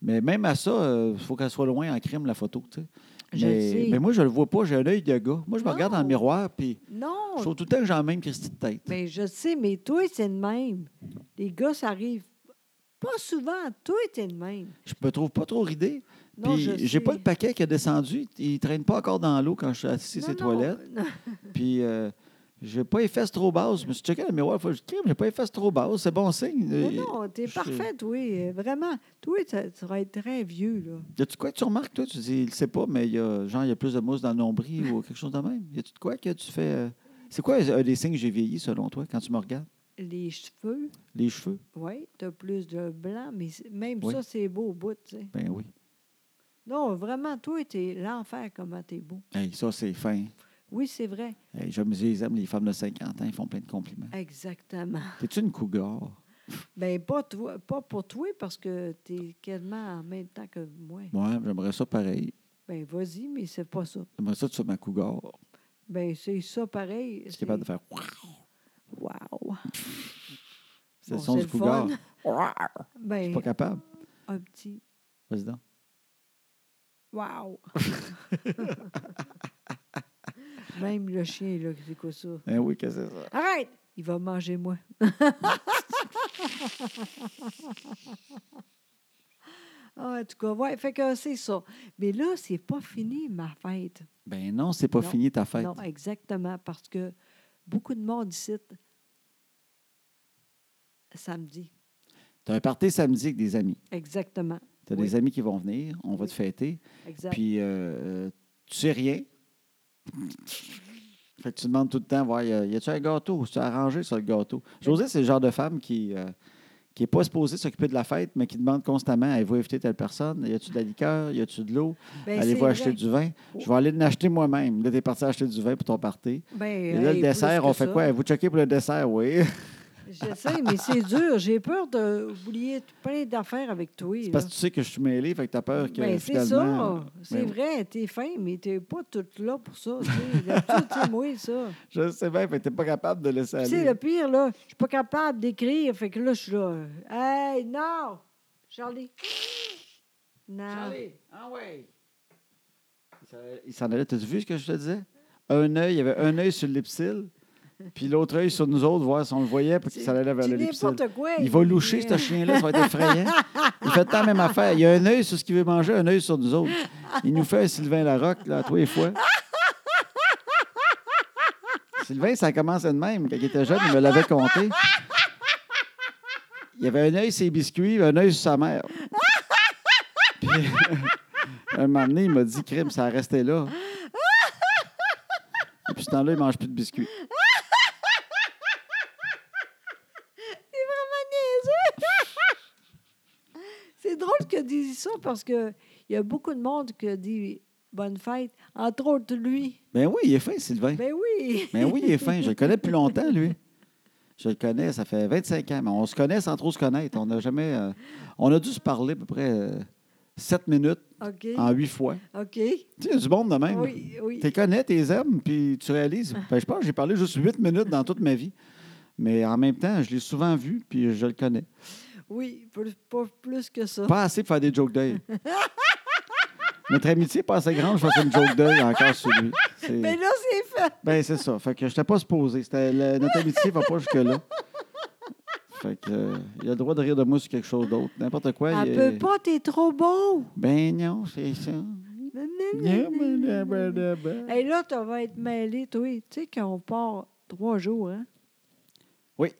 Mais même à ça, il faut qu'elle soit loin en crime, la photo. tu sais. Je mais, sais. mais moi, je le vois pas. J'ai un œil de gars. Moi, je me Non. regarde dans le miroir, puis je Non, trouve tout le temps que j'ai la même Christie de tête. mais Ben, je sais, mais toi, c'est le même. Les gars, ça arrive pas souvent. Toi, t'es le même. Je me trouve pas trop ridé. Non, Puis, je j'ai pas sais. le paquet qui est descendu. Il traîne pas encore dans l'eau quand je suis assis sur Non, les non, toilettes. non. Puis, euh, j'ai pas les fesses trop basses. Je me suis checké dans le miroir. Je me suis dit, j'ai pas les fesses trop basses. C'est bon signe. Non, Euh, non, t'es je- parfaite, oui. euh, Vraiment. Toi, ça- tu vas être très vieux, là. Y a-tu quoi que tu remarques, toi? Tu dis, il le sait pas, mais y a, genre, il y a plus de mousse dans le nombril ou quelque chose de même. Y a-tu de quoi que tu fais. euh, C'est quoi un des signes que j'ai vieilli, selon toi, quand tu me regardes? Les cheveux, Les cheveux? oui, t'as plus de blanc, mais c- même Oui. ça, c'est beau au bout, tu sais. Ben oui. Non, vraiment, toi, t'es l'enfer comment t'es beau. Hey, ça, c'est fin. Oui, c'est vrai. Hey, J'aime je les aime, les femmes de 50 ans, ils font plein de compliments. Exactement. T'es-tu une cougar? Ben pas, toi, pas pour toi, parce que t'es quasiment en même temps que moi. Moi, j'aimerais ça pareil. Ben vas-y, mais c'est pas ça. J'aimerais ça, tu sois ma cougar. Ben c'est ça pareil. Je suis c'est- capable de faire. Wow. C'est Bon, le son c'est le du cougar. fun. Je Ben suis pas capable. un petit Vas-y donc. wow. Même le chien, là, c'est quoi ça? Ben oui, qu'est-ce que c'est ça? Arrête! Il va manger moi. Ah, en tout cas, ouais, fait que c'est ça. Mais là, c'est pas fini ma fête. Ben non, c'est pas Non, fini ta fête. Non, exactement, parce que beaucoup de monde ici, samedi, T'as un party samedi avec des amis. exactement, T'as Oui. des amis qui vont venir, on va Oui. te fêter. exact. Puis, euh, euh, tu sais rien. Fait que tu demandes tout le temps, voir, y a- y a-tu un gâteau? Tu arrangé sur le gâteau? Josée, c'est le genre de femme qui n'est pas supposée s'occuper de la fête, mais qui demande constamment, elle va éviter telle personne? Y a-tu de la liqueur? Y a-tu de l'eau? Ben, c'est Allez-vous vrai. acheter du vin? Je vais aller en acheter moi-même. Là, t'es parti acheter du vin pour ton party. Ben, Et là, hey, le plus dessert, que on fait ça. quoi? Vous checkez pour le dessert, oui. Je sais, mais c'est dur. J'ai peur d'oublier plein d'affaires avec toi. C'est là. parce que tu sais que je suis mêlé, fait que t'as peur que Ben, c'est finalement... ça. euh, C'est ben oui. vrai, t'es fin, mais t'es pas toute là pour ça. tu sais. D'habitude, c'est moi, ça. Je sais bien, fait que t'es pas capable de laisser Puis, aller. tu sais, le pire, là, je suis pas capable d'écrire. Fait que là, je suis là. Hey, non! Charlie! Non. Charlie, ah ouais. Il s'en allait- Il s'en allait. T'as-tu vu ce que je te disais? Un œil, il y avait un œil sur l'ellipsile, puis l'autre œil sur nous autres, voir si on le voyait, puis qu'il s'en allait vers Tu l'ellipsile. n'importe quoi. Il va loucher, ce chien-là, ça va être effrayant. Il fait tant la même affaire. Il y a un œil sur ce qu'il veut manger, un œil sur nous autres. Il nous fait un Sylvain Larocque, là, à tous les fois. Sylvain, ça commençait de même. Quand il était jeune, il me l'avait compté. Il y avait un œil sur ses biscuits, un œil sur sa mère. Puis, un moment donné, il m'a dit, crime, ça a resté là. Et puis, ce temps-là, il ne mange plus de biscuits. C'est vraiment niaiseux! C'est drôle que tu dis ça parce que il y a beaucoup de monde qui dit bonne fête, entre autres lui. Ben oui, il est fin, Sylvain. Ben oui! Mais oui, il est fin. Je le connais depuis longtemps, lui. Je le connais, ça fait 25 ans. Mais on se connaît sans trop se connaître. On a jamais. euh, on a dû se parler à peu près 7 minutes OK. en 8 fois. OK. Tu sais, il y a du monde de même. Oui, Ah. oui. Tu les connais, tu les aimes, puis tu réalises. Ben, je pense que j'ai parlé juste 8 minutes dans toute ma vie. Mais en même temps, je l'ai souvent vu, puis je le connais. Oui, plus- pas plus que ça. Pas assez pour faire des jokes d'œil. Notre amitié n'est pas assez grande, je fasse une joke d'œil encore sur lui. C'est- Mais là, c'est fait. Ben, c'est ça. Fait que je t'ai pas supposé. C'était le- notre amitié va pas jusque-là. Fait que euh, il a le droit de rire de moi sur quelque chose d'autre. N'importe quoi. Elle il- peut pas, t'es trop beau. Ben non, c'est ça. Nan, nan, nan, nan, nan, nan, nan. Oui, Hey, là, tu vas être mêlé, toi. Tu sais qu'on part trois jours, hein? Oui.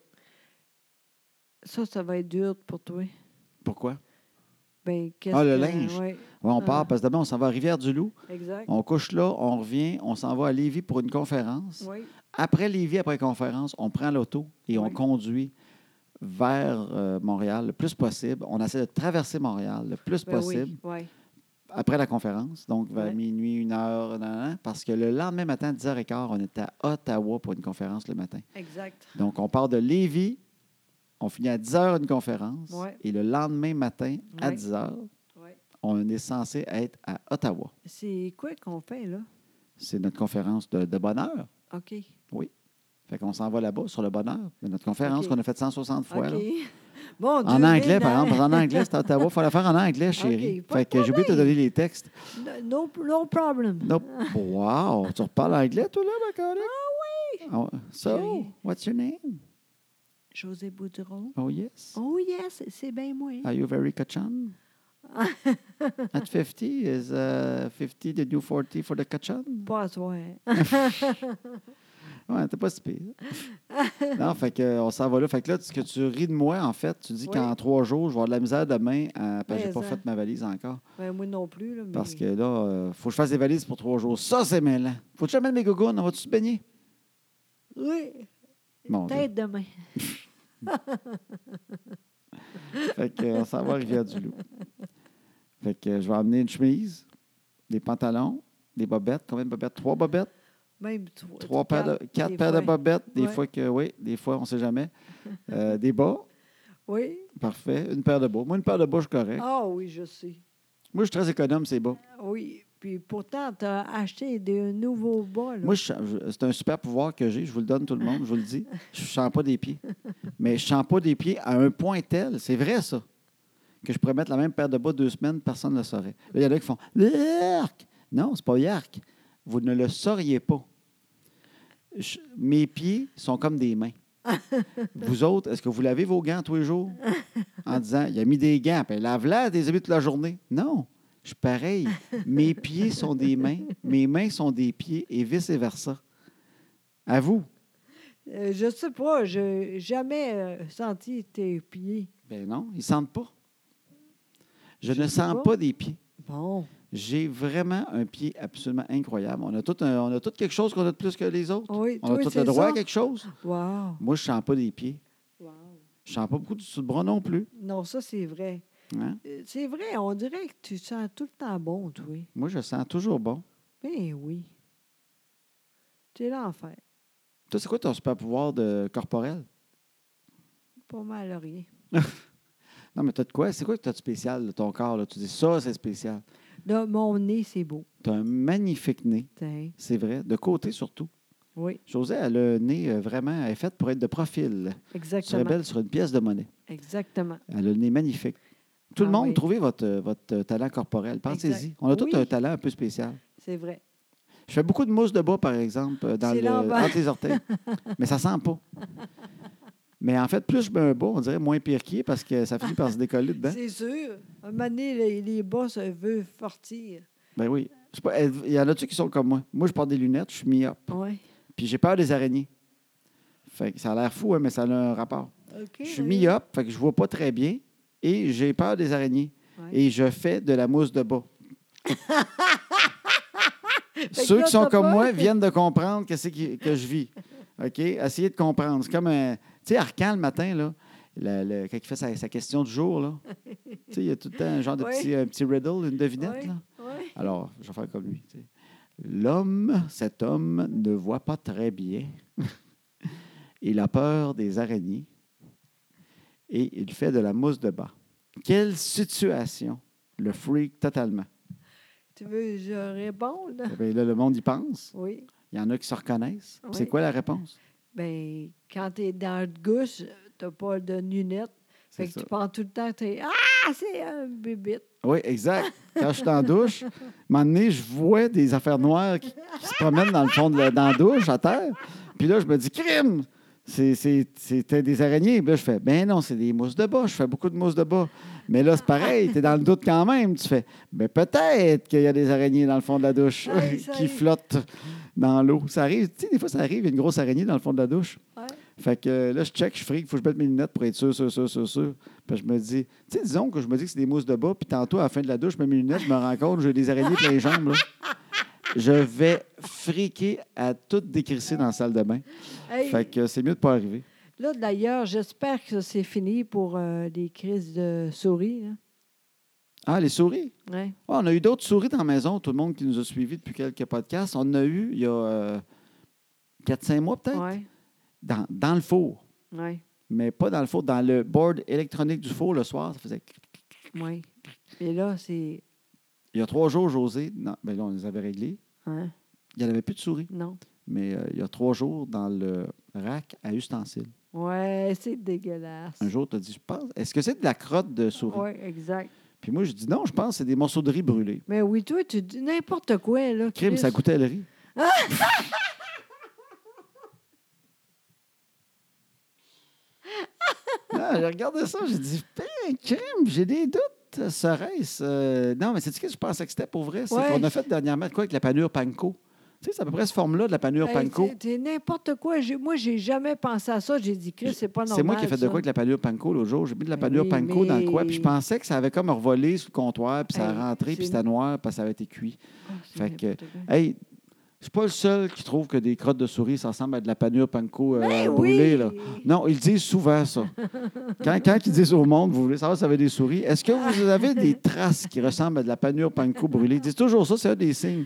Ça, ça va être dur pour toi. Pourquoi? Ben, qu'est-ce Ah, le que- linge. ouais, Ouais, on Ah. part parce que d'abord, on s'en va à Rivière-du-Loup. exact. On couche là, on revient, on s'en va à Lévis pour une conférence. Oui. Après Lévis, après conférence, on prend l'auto et on Oui. conduit vers euh, Montréal le plus possible. On essaie de traverser Montréal le plus Ben possible Oui, ouais. après la conférence, donc vers Ouais. minuit, une heure, nan, nan, nan, parce que le lendemain matin, 10h15, on est à Ottawa pour une conférence le matin. exact. Donc, on part de Lévis, on finit à 10h une conférence, Ouais. et le lendemain matin, à Ouais. 10h, Ouais. on est censé être à Ottawa. C'est quoi qu'on fait, là? C'est notre conférence de, de bonheur. OK. Fait qu'on s'en va là-bas sur le bonheur. Mais notre conférence OK. qu'on a faite 160 fois. OK. là. Bon, En Dieu, anglais, mille par ans. exemple. En anglais, c'est à Ottawa. Il faut la faire en anglais, chérie. pas de fait que j'ai oublié de te donner les textes. No, no problem. Nope. Wow! Tu reparles anglais, toi, là, ma collègue? Ah oui! so, Chérie. what's your name? José Boudreau. Oh, yes. Oh yes, c'est bien moi. Are you very kachan? At 50, is uh, 50 the new 40 for the kachan? Pas à toi. hein. Ouais, t'es pas si pire. non, fait que, euh, on s'en va là. Fait que là, ce que tu ris de moi, en fait, tu dis Oui. qu'en trois jours, je vais avoir de la misère demain à... parce que j'ai Mais, pas hein. fait ma valise encore. Ben, moi non plus. Là, mais... Parce que là, euh, faut que je fasse des valises pour trois jours. Ça, c'est mêlant. Faut que je mette mes gougounes. On va-tu se baigner? Oui, Bon, peut-être demain. Fait que, euh, on s'en va à Rivière-du-Loup. Fait que euh, je vais amener une chemise, des pantalons, des bobettes. Combien de bobettes? Trois bobettes? Même trois. Trois paires de, quatre Euh, des paires de fois. bobettes. Des Ouais. fois que, oui, des fois, on ne sait jamais. Euh, des bas, Oui. parfait. Une paire de bas. Moi, une paire de bas, je suis correct. Ah oui, je sais. Moi, je suis très économe, ces bas. Oui. Puis pourtant, tu as acheté des nouveaux bas. Là. Moi, je- je- c'est un super pouvoir que j'ai. Je vous le donne, tout le monde. Je vous le dis. Je ne chante pas des pieds. Mais je ne chante pas des pieds à un point tel. C'est vrai, ça. Que je pourrais mettre la même paire de bas deux semaines, personne ne le saurait. Là, il y en a qui font Yark! Non, c'est pas Yark. Vous ne le sauriez pas. Je- mes pieds sont comme des mains. vous autres, est-ce que vous lavez vos gants tous les jours en disant Il a mis des gants, ben lave-la des habits toute la journée. Non. Je suis pareil. Mes pieds sont des mains, mes mains sont des pieds et vice-versa. À vous. Euh, je sais pas, je jamais euh, senti tes pieds. Ben non, ils ne sentent pas. Je, Je ne sais sens pas. pas. des pieds. Bon. J'ai vraiment un pied absolument incroyable. On a tout, un- on a tout quelque chose qu'on a de plus que les autres. Oui, on toi, a tout c'est le droit ça? à quelque chose. Wow. Moi, je ne sens pas des pieds. wow. Je ne sens pas beaucoup du sous de bras non plus. Non, ça, c'est vrai. hein. Euh, C'est vrai, on dirait que tu sens tout le temps bon, toi. Moi, je sens toujours bon. Ben oui. T'es l'enfer. Toi, c'est quoi ton super pouvoir de corporel? Pas mal à rien. Non, mais t'as de quoi? C'est quoi que t'as de spécial de ton corps? Là? Tu dis ça, c'est spécial. Là, mon nez, c'est beau. T'as un magnifique nez, Tiens. c'est vrai, de côté surtout. Oui, José, elle a un nez euh, vraiment, elle est faite pour être de profil. Elle serait exactement. belle sur une pièce de monnaie. Exactement. Elle a le nez magnifique. Tout le Ah monde, oui. trouvez votre, euh, votre euh, talent corporel. Pensez-y. Exact. On a tous Oui. un talent un peu spécial. C'est vrai. Je fais beaucoup de mousse de bas, par exemple, euh, dans C'est le, l'envers. entre les orteils. Mais ça sent pas. Mais en fait, plus je mets un bas, on dirait moins pire qui est parce que ça finit par se décoller dedans. C'est sûr. Un moment donné, les, les boss euh, veulent sortir. Ben oui. C'est pas- Il y en a-tu qui sont comme moi? Moi, je porte des lunettes, je suis myope. Oui. Puis j'ai peur des araignées. Fait que ça a l'air fou, hein, mais ça a un rapport. OK. Je suis myope, fait que je vois pas très bien et j'ai peur des araignées. Ouais. Et je fais de la mousse de bas. que Ceux là, qui sont t'as comme peur moi que- viennent de comprendre que c'est qui- que je vis. OK? Essayez de comprendre. C'est comme un. Tu sais, Arcan le matin, là, le- le- quand il fait sa, sa question du jour, là, tu sais, il y a tout le temps un genre de Oui. petit, un petit riddle, une devinette. Oui, Là. oui. Alors, je vais faire comme lui. tu sais. L'homme, cet homme, ne voit pas très bien. il a peur des araignées et il fait de la mousse de bas. Quelle situation le freak totalement? Tu veux que je réponde? Eh bien, là, le monde y pense. Oui. Il y en a qui se reconnaissent. Puis C'est Oui. quoi la réponse? Ben, quand tu es dans le gousse, tu pas de lunettes. C'est Fait que ça. tu penses tout le temps que t'es Ah, c'est un bébite. Oui, exact. Quand je suis dans la douche, à un moment donné, je vois des affaires noires qui, qui se promènent dans le fond de la, dans la douche, à terre. Puis là, je me dis, crime! C'est- c'est- C'était des araignées. Puis là, je fais, ben non, c'est des mousses de bas. Je fais beaucoup de mousses de bas. Mais là, c'est pareil, tu es dans le doute quand même. Tu fais, ben peut-être qu'il y a des araignées dans le fond de la douche Ouais, ça qui arrive. flottent dans l'eau. Ça arrive, tu sais, des fois, ça arrive, il y a une grosse araignée dans le fond de la douche. Ouais. Fait que euh, là, je check, je fric, faut que je mette mes lunettes pour être sûr, sûr, sûr, sûr, sûr. Puis je me dis, tu sais, disons que je me dis que c'est des mousses de bas, puis tantôt, à la fin de la douche, je mets mes lunettes, je me rends compte, j'ai des araignées plein les jambes, là. Je vais friquer à tout décrisser dans la salle de bain. Hey, Fait que euh, c'est mieux de pas arriver. Là, d'ailleurs, j'espère que c'est fini pour euh, les crises de souris. hein. là. Ah, les souris. Ouais. Ouais, on a eu d'autres souris dans la maison, tout le monde qui nous a suivis depuis quelques podcasts. On en a eu il y a euh, 4-5 mois peut-être, Ouais. dans, dans le four. Ouais. Mais pas dans le four, dans le board électronique du four le soir. Ça faisait... cric. Oui. Et là, c'est. Il y a trois jours, José, non, ben là, on les avait réglés. hein, Il n'y en avait plus de souris. Non. Mais euh, il y a trois jours, dans le rack à ustensiles. Ouais, c'est dégueulasse. Un jour, tu as dit, je pense, est-ce que c'est de la crotte de souris? Oui, exact. Puis moi, je dis non, je pense que c'est des morceaux de riz brûlés. Mais oui, toi, tu dis n'importe quoi, là. Crime, Chris. ça goûtait le riz. Non, Ah, j'ai regardé ça, j'ai dit, Pain, crime, j'ai des doutes, serait-ce. euh, non, mais c'est ce que je pensais que c'était pour vrai. C'est Ouais. qu'on a fait dernièrement de quoi avec la panure panko. Tu sais, c'est à peu près cette forme-là de la panure Hey, panko. t'es- T'es n'importe quoi. J'ai- Moi, j'ai jamais pensé à ça. J'ai dit, Chris, c'est pas normal. C'est moi qui ai fait de ça. quoi avec la panure panko l'autre jour. J'ai mis de la Ben panure oui, panko dans le coin, mais- puis je pensais que ça avait comme revolé sur le comptoir, puis ça Hey, a rentré, c'est- puis c'était noir, parce que ça avait été cuit. Ah, c'est Fait que- n'importe quoi. Hey, je suis pas le seul qui trouve que des crottes de souris, ça ressemble à de la panure panko euh, Eh brûlée. oui! là. Non, ils disent souvent ça. Quand, quand ils disent au monde, vous voulez savoir si vous avez des souris, est-ce que vous avez des traces qui ressemblent à de la panure panko brûlée? Ils disent toujours ça, c'est un des signes.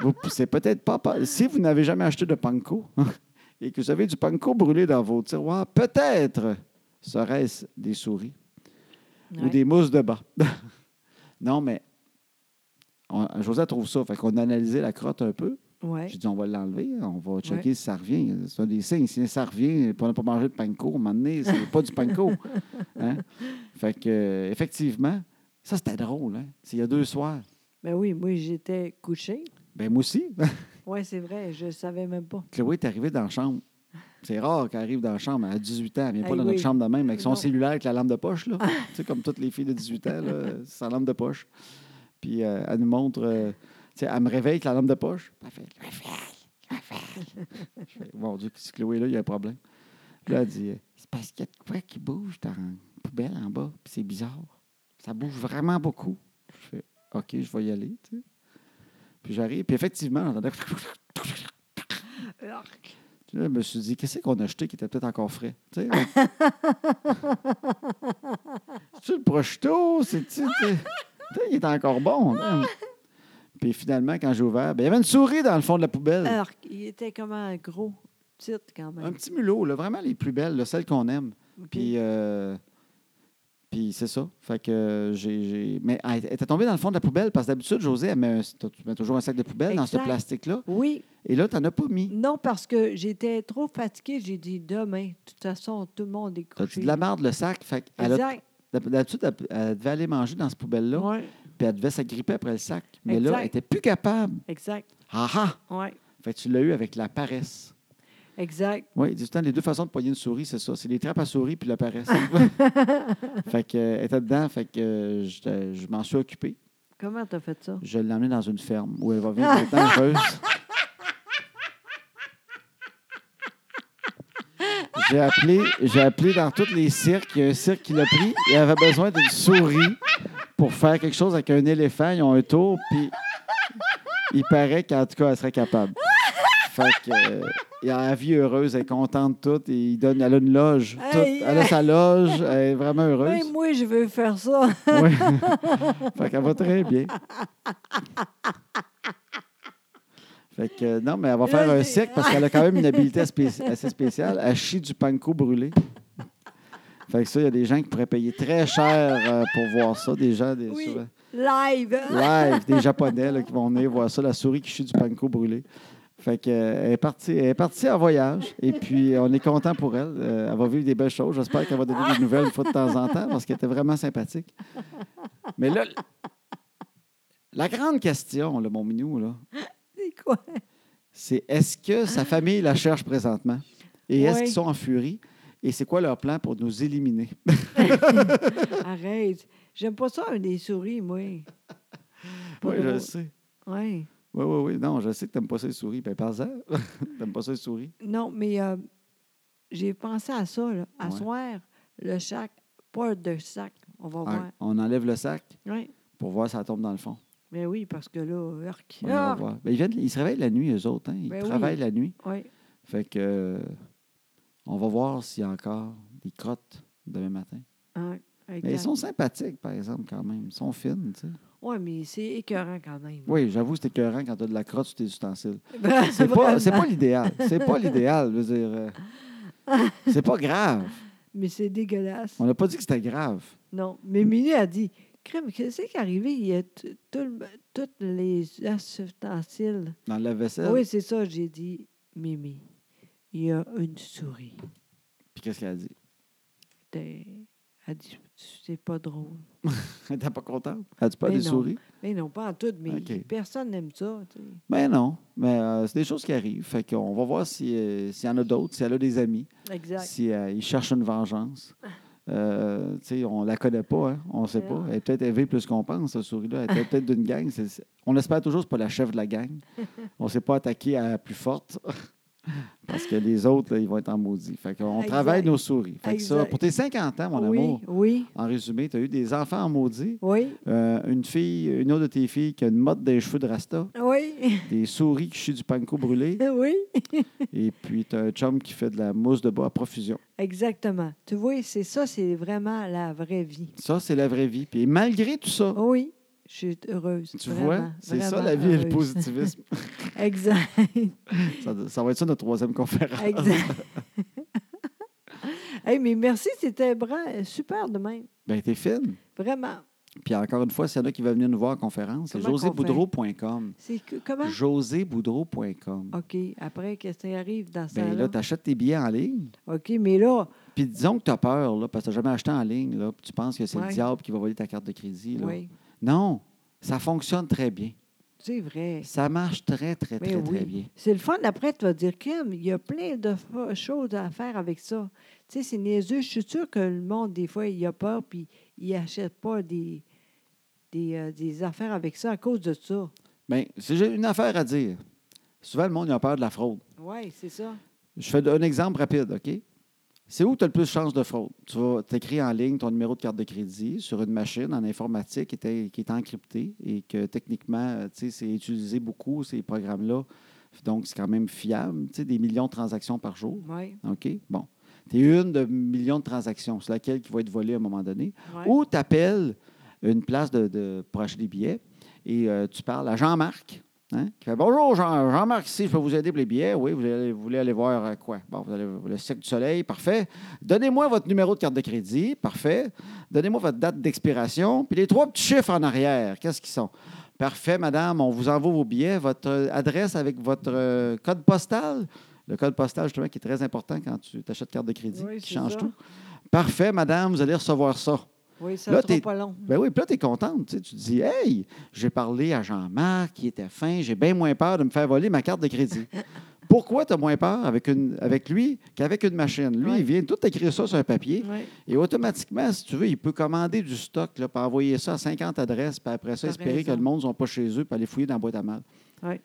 Vous- C'est peut-être pas... pas- Si vous n'avez jamais acheté de panko et que vous avez du panko brûlé dans vos tiroirs, peut-être serait-ce des souris ou Ouais. des mousses de bas. non, mais on, José trouve ça. Fait qu'on a analysé la crotte un peu. Ouais. J'ai dit, on va l'enlever, on va checker Ouais. si ça revient. C'est un des signes. Si ça revient, puis on n'a pas mangé de panko, à un moment donné, c'est pas du panko. Hein? Fait que, euh, effectivement, ça, c'était drôle. Hein? C'est il y a deux soirs. Ben oui, moi, j'étais couchée. Ben moi aussi. Oui, c'est vrai. Je savais même pas. Chloé est arrivée dans la chambre. C'est rare qu'elle arrive dans la chambre à 18 ans. Elle vient pas Eh dans notre oui. chambre de même avec son Non. cellulaire avec la lampe de poche. Là. tu sais, comme toutes les filles de 18 ans, là, sa lampe de poche. Puis euh, elle nous montre. euh, tu sais, elle me réveille avec la lampe de poche. Puis Elle fait Réveille, réveille. Je fais Mon Dieu, si Chloé est là, il y a un problème. Puis là, elle dit euh, C'est parce qu'il y a de quoi qui bouge dans la poubelle en bas. Puis c'est bizarre. Ça bouge vraiment beaucoup. Je fais OK, je vais y aller. tu sais. Puis j'arrive. Puis effectivement, j'entendais. Arc. Puis là, je me suis dit, qu'est-ce qu'on a acheté qui était peut-être encore frais? Tu sais, on- C'est-tu le prosciutto? C'est-tu. tu sais, tu sais, Il est encore bon. hein? Puis finalement, quand j'ai ouvert, ben, il y avait une souris dans le fond de la poubelle. Arc. Il était comment gros, petit quand même. Un petit mulot, là, vraiment les plus belles, là, celles qu'on aime. Ok. Puis, euh, puis c'est ça. Fait que euh, j'ai- j'ai. Mais elle était tombée dans le fond de la poubelle parce que d'habitude, José, elle met un- tu mets toujours un sac de poubelle dans ce Exact. plastique-là. Oui. Et là, tu n'en as pas mis. Non, parce que j'étais trop fatiguée. J'ai dit demain. De toute façon, tout le monde est Tu as couché. de la marde, le sac. Fait qu'elle a- Exact. D'habitude, elle, elle devait aller manger dans ce poubelle-là, Ouais, puis elle devait s'agripper après le sac. Mais là, Exact. elle n'était plus capable. exact. Ah ah! Ouais, Fait que tu l'as eu avec la paresse. exact. Oui, du temps, les deux façons de poigner une souris, c'est ça. C'est les trappes à souris puis la paresse. fait que, euh, elle était dedans, fait que euh, je, euh, je m'en suis occupé. Comment t'as fait ça? Je l'ai emmenée dans une ferme où elle va vivre être heureuse. J'ai appelé, j'ai appelé dans tous les cirques. Il y a un cirque qui l'a pris. Il avait besoin d'une souris pour faire quelque chose avec un éléphant. Ils ont un tour, puis il paraît qu'en tout cas, elle serait capable. Fait que, euh, elle a la vie heureuse, elle est contente toute. Et il donne, elle a une loge. toute. Hey! elle a sa loge, elle est vraiment heureuse. Même Ben, moi, je veux faire ça. Oui. fait qu'elle va très bien. Fait que, euh, non, mais elle va faire Là, un j'ai- cirque parce qu'elle a quand même une habileté spé- assez spéciale. Elle chie du panko brûlé. Fait que ça, il y a des gens qui pourraient payer très cher euh, pour voir ça. Des gens, des, Oui. souvent- Live. hein? live, des Japonais là, qui vont venir voir ça, la souris qui chie du panko brûlé. Fait que, euh, elle, est partie, elle est partie en voyage et puis on est content pour elle. Euh, elle va vivre des belles choses. J'espère qu'elle va donner des nouvelles une fois de temps en temps parce qu'elle était vraiment sympathique. Mais là, la grande question, là, mon minou, là, C'est quoi? c'est est-ce que sa famille la cherche présentement? Et est-ce Ouais. qu'ils sont en furie? Et c'est quoi leur plan pour nous éliminer? Arrête. J'aime pas ça, un des souris, moi. Pas Oui, je drôle. le sais. Ouais. Oui, oui, oui. Non, je sais que tu n'aimes pas ça les souris. Ben, par exemple, tu n'aimes pas ça les souris. Non, mais euh, j'ai pensé à ça, là. à Ouais. soir, le sac, pas de sac, on va Ah, voir. On enlève le sac. Oui, pour voir si ça tombe dans le fond. mais oui, parce que là, urk, On ira urk. voir. Ben, ils, viennent- ils se réveillent la nuit, eux autres. hein. Ils Ben oui. travaillent la nuit. Ouais. Fait que. euh, On va voir s'il y a encore des crottes demain matin. Ouais, hein, avec Mais la- ils sont sympathiques, par exemple, quand même. Ils sont fines, tu sais. Ouais, mais c'est écœurant quand même. Oui, j'avoue, c'est écœurant quand tu as de la crotte sur tes ustensiles. Ben, C'est pas, c'est vraiment. pas l'idéal. C'est pas l'idéal. Je veux dire, euh, c'est pas grave. Mais c'est dégueulasse. On n'a pas dit que c'était grave. Non. Mais Milly a dit Crème, qu'est-ce qui est arrivé? Il y a t- tout le- toutes les ustensiles. Dans la vaisselle. Oui, c'est ça, j'ai dit Mimi. Il y a une souris. Puis qu'est-ce qu'elle a dit? T'es- Elle dit C'est pas drôle. Elle n'était pas contente? As-tu pas Mais des Ben non. souris? Mais non, pas en tout, mais OK. personne n'aime ça. tu sais. Mais non. Mais euh, c'est des choses qui arrivent. Fait qu'on va voir si, euh, s'il y en a d'autres, si elle a des amis, Exact. Ah. si euh, ils cherchent une vengeance. Euh, tu sais, on la connaît pas, hein? on sait Mais pas. non. Elle est peut-être élevée plus qu'on pense, cette souris-là. Elle était peut-être d'une gang. C'est- c'est- On espère toujours que c'est pas la chef de la gang. On ne s'est pas attaqué à la plus forte. Parce que les autres, là, ils vont être en maudit. Fait qu'on Exact. travaille nos souris. Fait que ça, Exact. pour tes 50 ans, mon oui, amour, oui, en résumé, tu as eu des enfants en maudit, oui, euh, une fille, une autre de tes filles qui a une motte des cheveux de Rasta, oui, des souris qui chient du panko brûlé, oui. et puis tu as un chum qui fait de la mousse de bois à profusion. Exactement. Tu vois, c'est ça, c'est vraiment la vraie vie. Ah Ça, c'est la vraie vie. Puis malgré tout ça, Oui, je suis heureuse. tu Oh, vraiment, vois, c'est ça vraiment Ah la vie et le heureuse. positivisme. Exact, ça, ça va être ça notre troisième conférence. exact. Hey, mais merci, c'était bra- super de même. Ben, t'es fine. Vraiment. Puis encore une fois, s'il y en a qui veulent venir nous voir en conférence, c'est Comment qu'on fait? joséboudreau.com. C'est que- comment? joséboudreau.com. OK. Après, qu'est-ce qui arrive dans ça? Ben là, tu achètes tes billets en ligne. OK, mais là, Puis disons que tu as peur, là, parce que tu n'as jamais acheté en ligne, là, puis tu penses que c'est le Ouais. diable qui va voler ta carte de crédit. là. oui, Non, ça fonctionne très bien. c'est vrai. Ça marche très, très, Mais très, très oui. bien. C'est le fun. Après, tu vas dire, Kim, il y a plein de fa- choses à faire avec ça. Tu sais, c'est niaiseux. Je suis sûre que le monde, des fois, il a peur puis il n'achète pas des, des, euh, des affaires avec ça à cause de ça. Bien, si j'ai une affaire à dire, souvent le monde a peur de la fraude. Oui, c'est ça. Je fais un exemple rapide, OK? C'est où tu as le plus de chances de fraude? Tu vas t'écrire en ligne ton numéro de carte de crédit sur une machine en informatique qui était- qui est, encryptée et que techniquement, euh, tu sais, c'est utilisé beaucoup, ces programmes-là. Donc, c'est quand même fiable. Tu sais, des millions de transactions par jour. Oui. OK? Bon. Tu es une de millions de transactions, c'est laquelle qui va être volée à un moment donné. Ouais. Ou tu appelles une place de, de- pour acheter des billets et euh, tu parles à Jean-Marc. hein, qui fait Bonjour, Jean- Jean-Marc, ici, je peux vous aider pour les billets. Oui, vous, allez- vous voulez aller voir euh, quoi? Bon, vous allez le Cirque du Soleil, parfait. Donnez-moi votre numéro de carte de crédit, parfait. Donnez-moi votre date d'expiration, puis les trois petits chiffres en arrière, qu'est-ce qu'ils sont? Parfait, madame, on vous envoie vos billets, votre euh, adresse avec votre euh, code postal. Le code postal, justement, qui est très important quand tu t'achètes carte de crédit, Oui, qui c'est change ça. tout. Parfait, madame, vous allez recevoir ça. Oui, ça Là, ne sera t'es- pas long. Ben oui, puis là, tu es contente. Tu sais, tu te dis, hey, j'ai parlé à Jean-Marc, il était fin, j'ai bien moins peur de me faire voler ma carte de crédit. Pourquoi tu as moins peur avec, une, avec lui qu'avec une machine? Lui, Ouais. il vient tout écrire ça sur un papier Oui, et automatiquement, si tu veux, il peut commander du stock, là, puis envoyer ça à 50 adresses, puis après ça, T'as espérer que raison. le monde ne sont pas chez eux, puis aller fouiller dans la boîte à mal. oui.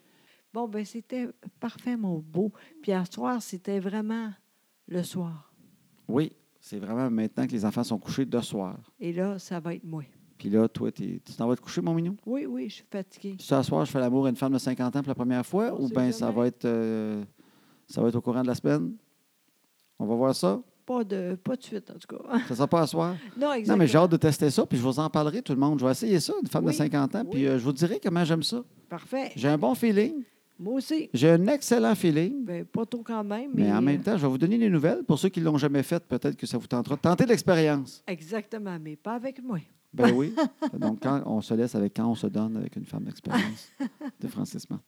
Bon, ben c'était parfait, mon beau. Puis à soir, c'était vraiment le soir. Oui, c'est vraiment maintenant que les enfants sont couchés de soir. Et là, ça va être moi. Puis là, toi, t'es- tu t'en vas te coucher, mon mignon? Oui, oui, je suis fatiguée. Ce soir, je fais l'amour à une femme de 50 ans pour la première fois On ou sait bien ça jamais. va être euh, ça va être au courant de la semaine? On va voir ça. Pas de, pas de suite, en tout cas. Ça ne sera pas à soir. Non, Non, exactement. mais j'ai hâte de tester ça, puis je vous en parlerai, tout le monde. Je vais essayer ça, une femme de Oui. 50 ans, puis Oui. euh, je vous dirai comment j'aime ça. Parfait. J'ai un bon feeling. Moi aussi. J'ai un excellent feeling. Ben, pas trop quand même, mais, Mais en même euh, temps, je vais vous donner des nouvelles. Pour ceux qui ne l'ont jamais fait, peut-être que ça vous tentera. de Tenter l'expérience. Exactement, mais pas avec moi. Ben oui. Donc, quand on se laisse avec quand on se donne avec une femme d'expérience de Francis Martin.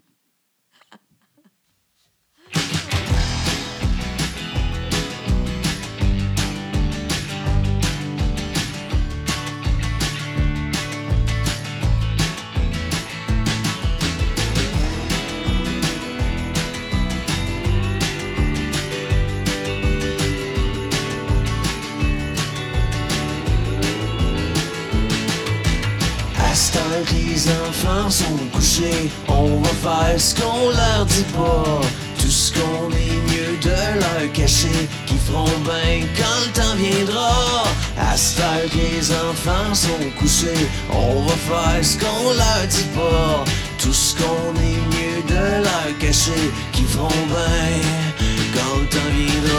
À ce temps que les enfants sont couchés, on va faire ce qu'on leur dit pas. Tout ce qu'on est mieux de leur cacher, qui feront bien quand le temps viendra. À ce temps que les enfants sont couchés, on va faire ce qu'on leur dit pas. Tout ce qu'on est mieux de leur cacher, qui feront bien quand le temps viendra.